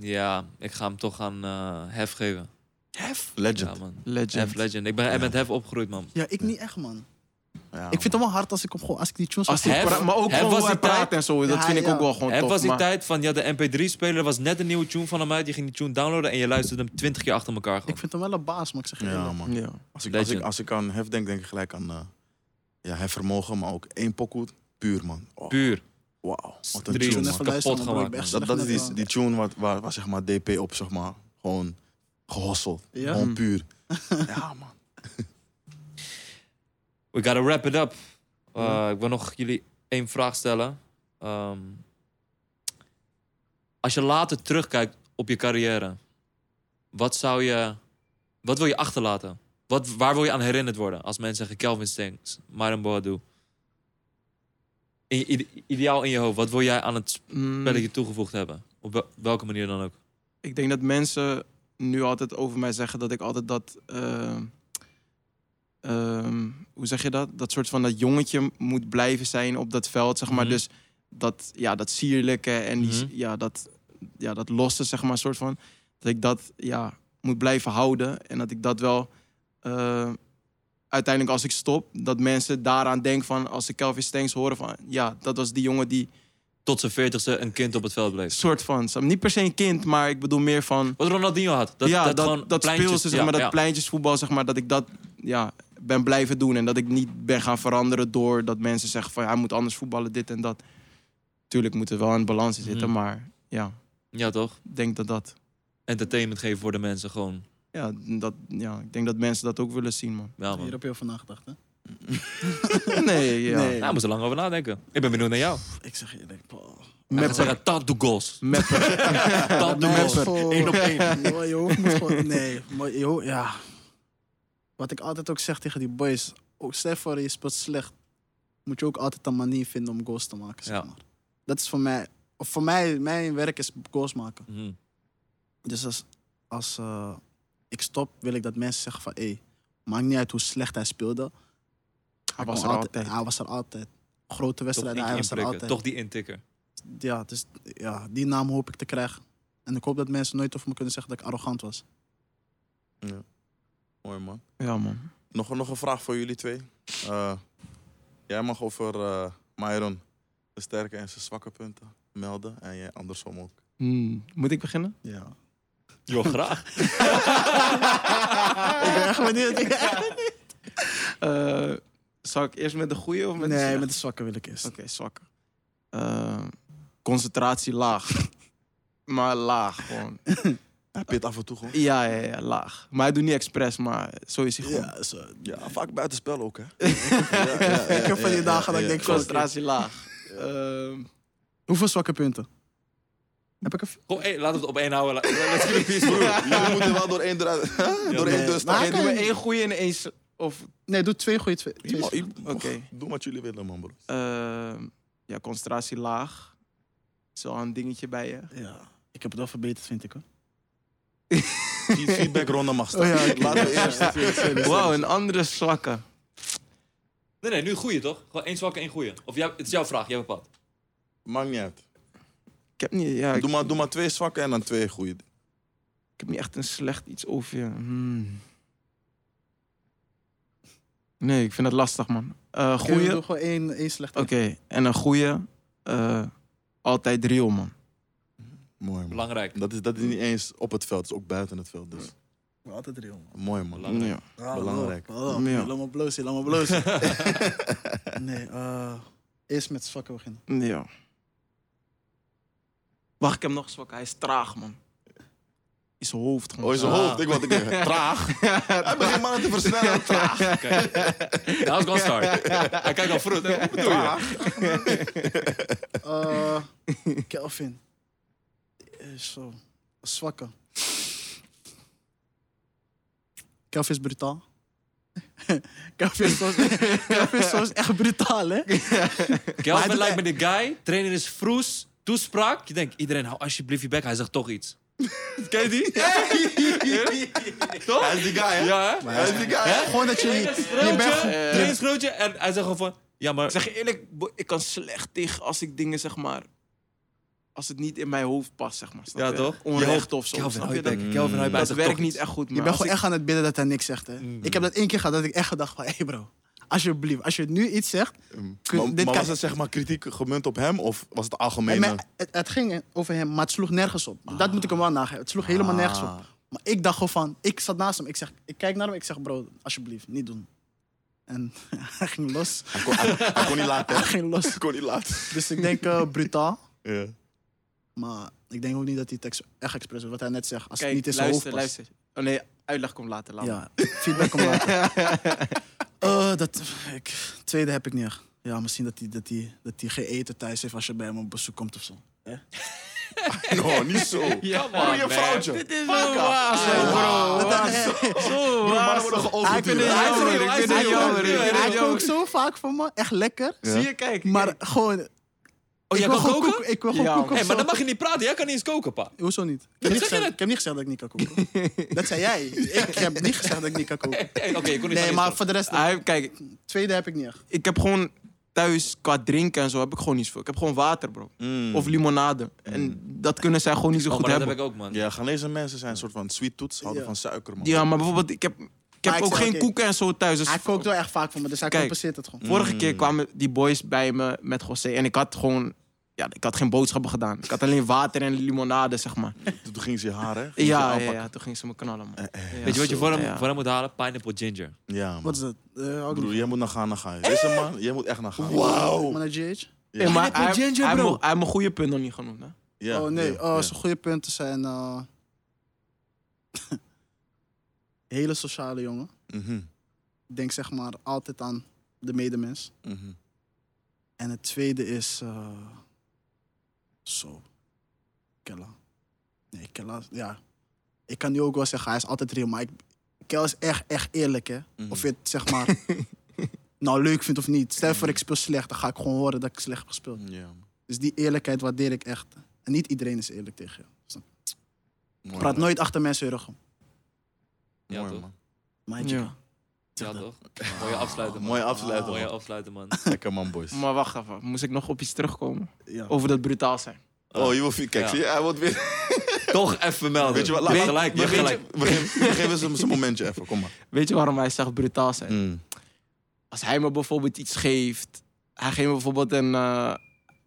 Ja, ik ga hem toch aan eh, Hef geven. Ja,
Legend.
man.
Legend.
Hef Legend. Ik ben ik ben met Hef opgeroeid, man.
Ja, ik niet echt, man.
Ja,
Ik vind hem wel hard als ik, hem, gewoon- als ik die tunes
Als
hoor.
hij
Hef-
praat, maar ook
Hef
gewoon
was
hoe hij
die
praat
tijd-
en zo. Dat
Ja,
vind ik
ja.
ook wel gewoon
Het
tof.
was die
Oh, maar-
tijd van, ja, de mp3-speler was net een nieuwe tune van hem uit. Je ging die tune downloaden en je luisterde hem twintig keer achter elkaar.
Ik
gewoon.
vind hem wel een baas, maar ik zeg je
Ja,
eerlijk.
man.
Ja.
Als ik, als, ik,
Legend.
als ik aan hef denk, denk ik gelijk aan eh ja, hefvermogen, maar ook één pokoe. Puur, man. Oh,
Puur.
Wauw. Wat een
Drie.
tune,
Ik
Jongen,
man.
even
kapot
luisteren, man, bro. Ik
gemaakt,
ben echt
Dat,
slecht
dat is
met
die,
hem.
die tune wat, waar, waar zeg maar DP op, zeg maar. Gewoon gehosseld.
Ja?
Gewoon
Hmm.
puur. ja, man.
We gotta wrap it up. Uh,
Mm-hmm.
Ik wil nog jullie één vraag stellen. Ehm, als je later terugkijkt op je carrière, wat zou je. Wat wil je achterlaten? Wat, waar wil je aan herinnerd worden? Als mensen zeggen Kelvin Stengs, Myron Boadu. In je ide- ideaal in je hoofd, wat wil jij aan het
Mm,
spelletje toegevoegd hebben? Op wel- welke manier dan ook.
ik denk dat mensen nu altijd over mij zeggen dat ik altijd dat. eh, ehm, hoe zeg je dat? Dat soort van dat jongetje moet blijven zijn op dat veld, zeg maar.
Mhm.
Dus dat, ja, dat sierlijke en die,
Mhm.
ja, dat, ja, dat losse, zeg maar, soort van. Dat ik dat ja, moet blijven houden en dat ik dat wel. eh, uiteindelijk als ik stop, dat mensen daaraan denken van als ze Kelvin Stengs horen van ja, dat was die jongen die
Tot zijn veertigste een kind op het veld bleef.
soort van, niet per se een kind, maar ik bedoel meer van
Wat Ronaldinho had. Dat,
ja,
dat,
dat,
gewoon
dat,
pleintjes-
speelse, zeg
ja,
maar, dat
ja.
pleintjesvoetbal, zeg maar, dat ik dat ja, ben blijven doen. En dat ik niet ben gaan veranderen door dat mensen zeggen van ja, hij moet anders voetballen, dit en dat. Tuurlijk moet er wel een balans in zitten,
Mhm.
maar ja,
Ja, toch?
ik denk dat dat.
Entertainment geven voor de mensen gewoon.
Ja, dat, ja, ik denk dat mensen dat ook willen zien, man.
Ja,
Hier
man.
heb je over nagedacht, hè?
Nee, ja.
Nee.
Daar moeten we lang over nadenken. Ik ben benieuwd naar jou. Hij
Ik zeg je eerlijk, Paul.
gaat zeggen, dat doe goals.
Mepper.
Dat doe
Nee,
goals.
voor-
Eén op één.
Je ho- Je hoofd moet gewoon... Nee, maar je ho- ja. Wat ik altijd ook zeg tegen die boys. Ook stel voor je speelt slecht. Moet je ook altijd een manier vinden om goals te maken, zeg
Ja.
maar. Dat is voor mij... Of voor mij, mijn werk is goals maken.
Mhm.
Dus als, als eh, ik stop, wil ik dat mensen zeggen van... Hé, maakt niet uit hoe slecht hij speelde.
Hij was er
kon
altijd.
Hij was er altijd. Grote
Toch,
wedstrijden, hij
eentje
was er
inprikken.
altijd.
Toch die intikker.
Ja, dus ja, die naam hoop ik te krijgen. En ik hoop dat mensen nooit over me kunnen zeggen dat ik arrogant was.
Mooi man.
Ja, man.
Nog, nog een vraag voor jullie twee. Eh, jij mag over eh Myron de sterke en zijn zwakke punten melden. En jij andersom ook.
Hmm, Moet ik beginnen?
Ja.
Jo, graag.
ik ben echt benieuwd.
Eh, zal ik eerst met de goede of met de
nee,
slechte?
met de zwakke wil ik eerst.
Oké, zwak. Eh, concentratie laag. maar laag gewoon.
Hij pit af en toe gewoon.
Ja, ja, ja, laag. Maar hij doet niet expres, maar zo is hij gewoon.
Ja, zo.
Ja, vaak buitenspel ook, hè?
Ik heb van die dagen dat ik denk, zo,
Concentratie laag. Ehm,
Hoeveel zwakke punten? Heb ik een...
Kom, hé, laten we het op één houden. La- Let's keep it peaceful.
Jullie moeten wel door één eruit. door één
nee.
deur
Maar
staan.
Oké, doe maar
kan-
één goede en één... s- Of,
Nee, doe twee goede twee. twee-
Iemand- iemand-
Oké.
Doe wat jullie willen, man, bro.
ehm, ja, concentratie laag. Is wel een dingetje bij je.
Ja, ik heb het wel verbeterd, vind ik hoor.
Die feedbackronde mag staan.
Oh ja, oké.
Laten we eerst.
Wauw, een andere zwakke.
Nee, nee, nu een goeie, toch? Gewoon één zwakke, één goeie. Of jij, het is jouw vraag, jij bepaalt.
Maakt niet uit.
Ik heb niet, ja, ik,
Doe maar, doe maar twee zwakke en dan twee goede.
ik heb niet echt een slecht iets over je. Hmm. Nee, ik vind dat lastig, man. Eh
Goeie.
goeie,
Doe gewoon één, één slechte.
Oké, en een goede. eh, altijd real, man.
Mooi, man.
Belangrijk.
Dat is, dat is niet eens op het veld, het is ook buiten het veld. Dus.
Altijd real, man.
Mooi, man.
Belangrijk.
Ja.
Ah,
Belangrijk.
Oh, oh,
Ja.
Laat me blozen, laat me blozen. nee, eh, eerst met zwakke beginnen.
ja. Wacht, ik heb nog zwak. Hij is traag, man. Is zijn hoofd gewoon.
Oh, in zijn
Ah.
hoofd. Ik wou het zeggen. Traag. Hij begint maar te versnellen. Traag.
Kijk. Dat was gonna start. Hij kijkt al vroeg. hè? Wat bedoel je?
Eh, Kelvin. Eh, Zo. Zwakke. Kelvin is brutaal. Kelvin is soms, Kelvin is soms echt brutaal, hè? Maar
Kelvin
hij
lijkt
doet-
me de guy. Trainer is vroes. Toespraak. Je denkt, iedereen, hou alsjeblieft je bek. Hij zegt toch iets. Ken je die? Toch?
Hij is die guy, hè?
Ja, hè?
Hij is die guy.
Hè?
Gewoon dat je...
Trainer
je bent
schreeuwtje.
gewoon-
Trainer schreeuwtje. En hij zegt gewoon van... Ja, maar...
Ik zeg je eerlijk, bo- ik kan slecht tegen als ik dingen zeg maar. Als het niet in mijn hoofd past, zeg maar. snap
Ja,
je?
toch? Je
Onrecht
hoofd-
of zo.
Kelvin,
snap
hou
je?
je
Dat,
bek. Kelvin, hou je bek.
dat
Hij zegt
werkt
toch
niet
iets.
echt goed, man.
Je bent
Als
gewoon
ik-
echt aan het bidden dat hij niks zegt, hè?
Mm.
Ik heb dat één keer gehad dat ik echt gedacht van... Hé hey bro, alsjeblieft, als je nu iets zegt... kun-
Maar,
dit
maar
kan-
was het zeg maar kritiek gemunt op hem of was het
En
algemeen?
mij- het, het ging over hem, maar het sloeg nergens op.
Ah.
Dat moet ik hem wel nageven. Het sloeg helemaal nergens
Ah.
op. Maar ik dacht gewoon van, ik zat naast hem. Ik, zeg, ik kijk naar hem, ik zeg bro, alsjeblieft, niet doen. En hij ging los.
Hij kon, hij- hij kon niet laten. hè?
Hij ging los.
Hij kon niet laten.
Dus ik denk eh, brutaal.
Ja.
Maar ik denk ook niet dat hij het ex- echt expres doet. Wat hij net zegt, als
Kijk,
het niet in zijn
luister,
hoofd past.
luister. Oh nee, uitleg komt later. laat maar.
Ja, feedback om later. Eh, dat, ik, tweede heb ik niet echt. Ja, misschien dat hij dat die, dat die geen eten thuis heeft als je bij hem op bezoek komt of zo.
No, niet zo.
Ja,
Broer, je
man.
vrouwtje.
Dit is wel waar, bro.
Dat hij-
Zo
Broer,
waar.
mannen worden
Hij
geoverduwd.
vindt
het
Hij-
jammer,
Hij
ik vind
is
het
er
jammer,
jammer.
ik vind
Hij
het jammer.
kookt zo vaak voor me, echt lekker.
Ja.
Zie je, kijk.
Maar gewoon...
Oh, jij
ik wil
kan
gewoon
koken?
koeken- Ik wil
Ja,
gewoon koeken
man.
of
Hé, maar
zo.
dan mag je niet praten. Jij kan niet eens koken, pa.
Hoezo niet? Ik
zeg
heb
je
niet, gezegd,
net.
ik heb niet gezegd dat ik niet kan koken. dat zei jij. Ik heb niet gezegd dat ik niet kan koken.
Hé, Oké, ik kon niet
Nee,
aan
maar
je
voor de rest,
Hij- kijk,
tweede heb ik niet echt.
ik heb gewoon thuis qua drinken en zo heb ik gewoon niets voor. Ik heb gewoon water, bro.
Mm.
Of limonade. En dat kunnen zij gewoon niet zo
Oh,
goed
maar dat heb
hebben.
ik ook, man.
Ja, Ghanese mensen zijn een soort van sweet toets, houden
Ja.
van suiker, man.
Ja, maar bijvoorbeeld, ik heb, ik
Maar
heb
ik
ook
zeg,
geen
oké.
koeken en zo thuis. Dus
Hij kookt wel echt vaak voor me, dus hij
Kijk.
compenseert het
Mm.
gewoon.
Vorige keer kwamen die boys bij me met José. En ik had gewoon... Ja, ik had geen boodschappen gedaan. Ik had alleen water en limonade, zeg maar.
Toen toen ging ze je haar, hè? Ging ze
Ja, ja,
aanpakken.
ja, toen ging ze me knallen, man.
Weet je wat je voor hem,
Ja.
voor hem moet halen? Pineapple ginger.
Ja, man.
Wat is dat? Eh, ook niet.
Broer, jij moet naar Ghana gaan. Weet je, man? Jij moet echt naar Ghana.
Maar naar GH?
Hey, maar
Pineapple
hij,
ginger,
hij
bro.
mo- hij heeft mijn goede punt nog niet genoemd, hè?
Ja,
oh nee,
ja,
oh,
ja.
zijn goede punten zijn... eh, hele sociale jongen.
Mhm,
Denk zeg maar altijd aan de medemens.
mhm.
En het tweede is. eh, zo. Kella. Nee, Kella. Ja. Ik kan nu ook wel zeggen, hij is altijd real. Maar ik, Kella is echt, echt eerlijk, hè?
Mhm.
Of je het zeg maar. nou, leuk vindt of niet. Stel voor, ik speel slecht. Dan ga ik gewoon horen dat ik slecht heb gespeeld.
Ja, man.
Dus die eerlijkheid waardeer ik echt. En niet iedereen is eerlijk tegen je. Snap je?
Mooi,
Praat
man.
nooit achter mensen hun rug om.
Ja,
Mooi,
toch?
man.
Maar
Ja.
Ja, toch? Mooie afsluiten. man. Ah,
Mooie afsluiten,
Mooie
man.
afsluiten, man.
Lekker man, boys.
Maar wacht even, moest ik nog op iets terugkomen?
Ja.
Over dat brutaal zijn.
Oh, je wil vier. Kijk,
Ja.
zie je, hij wordt weer.
Toch even melden.
Weet je wat, laat
Je
maar.
hebt gelijk, je
We
hebt gelijk.
geven- we geven- we geven ze een momentje even, kom maar.
Weet je waarom hij zegt brutaal zijn?
Mm.
Als hij me bijvoorbeeld iets geeft. Hij geeft me bijvoorbeeld een. eh,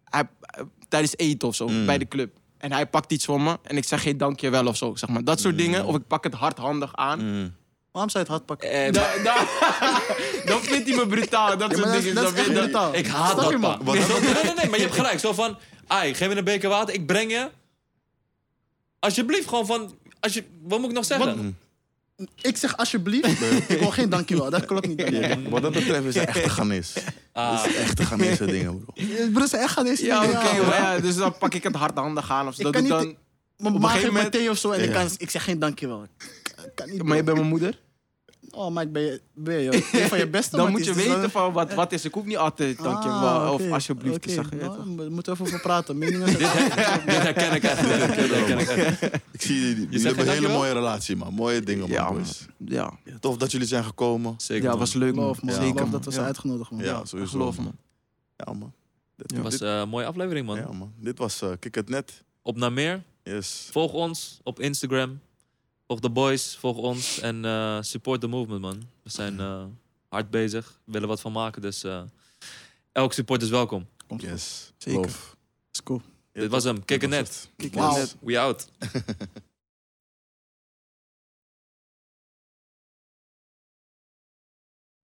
hij- eh, tijdens eten of zo,
Mm.
bij de club. En hij pakt iets van me en ik zeg geen dankjewel of zo. Zeg maar. Dat
Mm.
soort dingen. Of ik pak het hardhandig aan.
Mm.
Waarom zou je het hard pakken?
Eh, maar-
Da- da- dan vindt hij me brutaal. Dat
Ja,
soort
maar dat,
dingen.
is- dat
Dan
is echt
weet- dan-
brutaal.
Ik haat
Snap
dat,
je,
man.
man.
Wat
nee,
hebben
nee, nee, nee, maar je hebt gelijk. Zo van, ai, geef me een beker water, ik breng je. Alsjeblieft, gewoon van, als je, wat moet ik nog zeggen?
mm.
Wat- Ik zeg alsjeblieft. ik wil geen dankjewel. Dat klopt niet.
Ja,
Ja.
Wat dat betreft is hij echt een ganis.
Ah,
Echte Ghanese dingen, bro.
Broer, ze echt gaan deze
Ja, oké.
dingen,
maar ja, dus dan pak ik het hardhandig aan. Of zo.
Ik
Dat
kan
doe ik
niet-
dan.
Mijn
een
ma
gegeven
geeft me
moment-
thee of zo en ik,
Ja.
kan, ik zeg geen dankjewel. Ik Kan niet,
Maar je
bro.
bent mijn moeder.
Oh, maar ik ben je, ben je, joh. Een van je beste
Dan
matties,
moet je
dus
weten van wat, wat is. Ik hoef niet altijd dankjewel
Ah,
of
oké,
alsjeblieft te
oké.
zeggen. ja, toch?
Nou, we moeten even over praten. Meningen zijn-
dit, her- dit herken ik echt. Dit herken ik echt.
Ik zie jullie. Jullie
zegt
hebben een
geen
hele
dankjewel?
mooie relatie, man. Mooie dingen, man,
Ja,
boys.
Ja.
Tof dat jullie zijn gekomen.
Zeker,
ja,
man.
was leuk.
Love, man.
Ja,
Zeker,
man.
dat we zijn uitgenodigd, man.
Ja, sowieso.
Geloof me.
Ja, man. Dit,
Ja.
was eh, een mooie aflevering, man.
ja, man. Dit was eh Kik het Net.
Op naar meer.
Yes.
Volg ons op Instagram. Volg de boys, volg ons. En eh, support the movement, man. We zijn eh, hard bezig. We willen wat van maken, dus eh, elk support is welkom.
Komt goed.
Yes.
Zeker.
Love.
Let's go.
Ja,
Dit was hem.
dit
Kik het
was
net.
het.
Kick
Wauw.
it.
We out.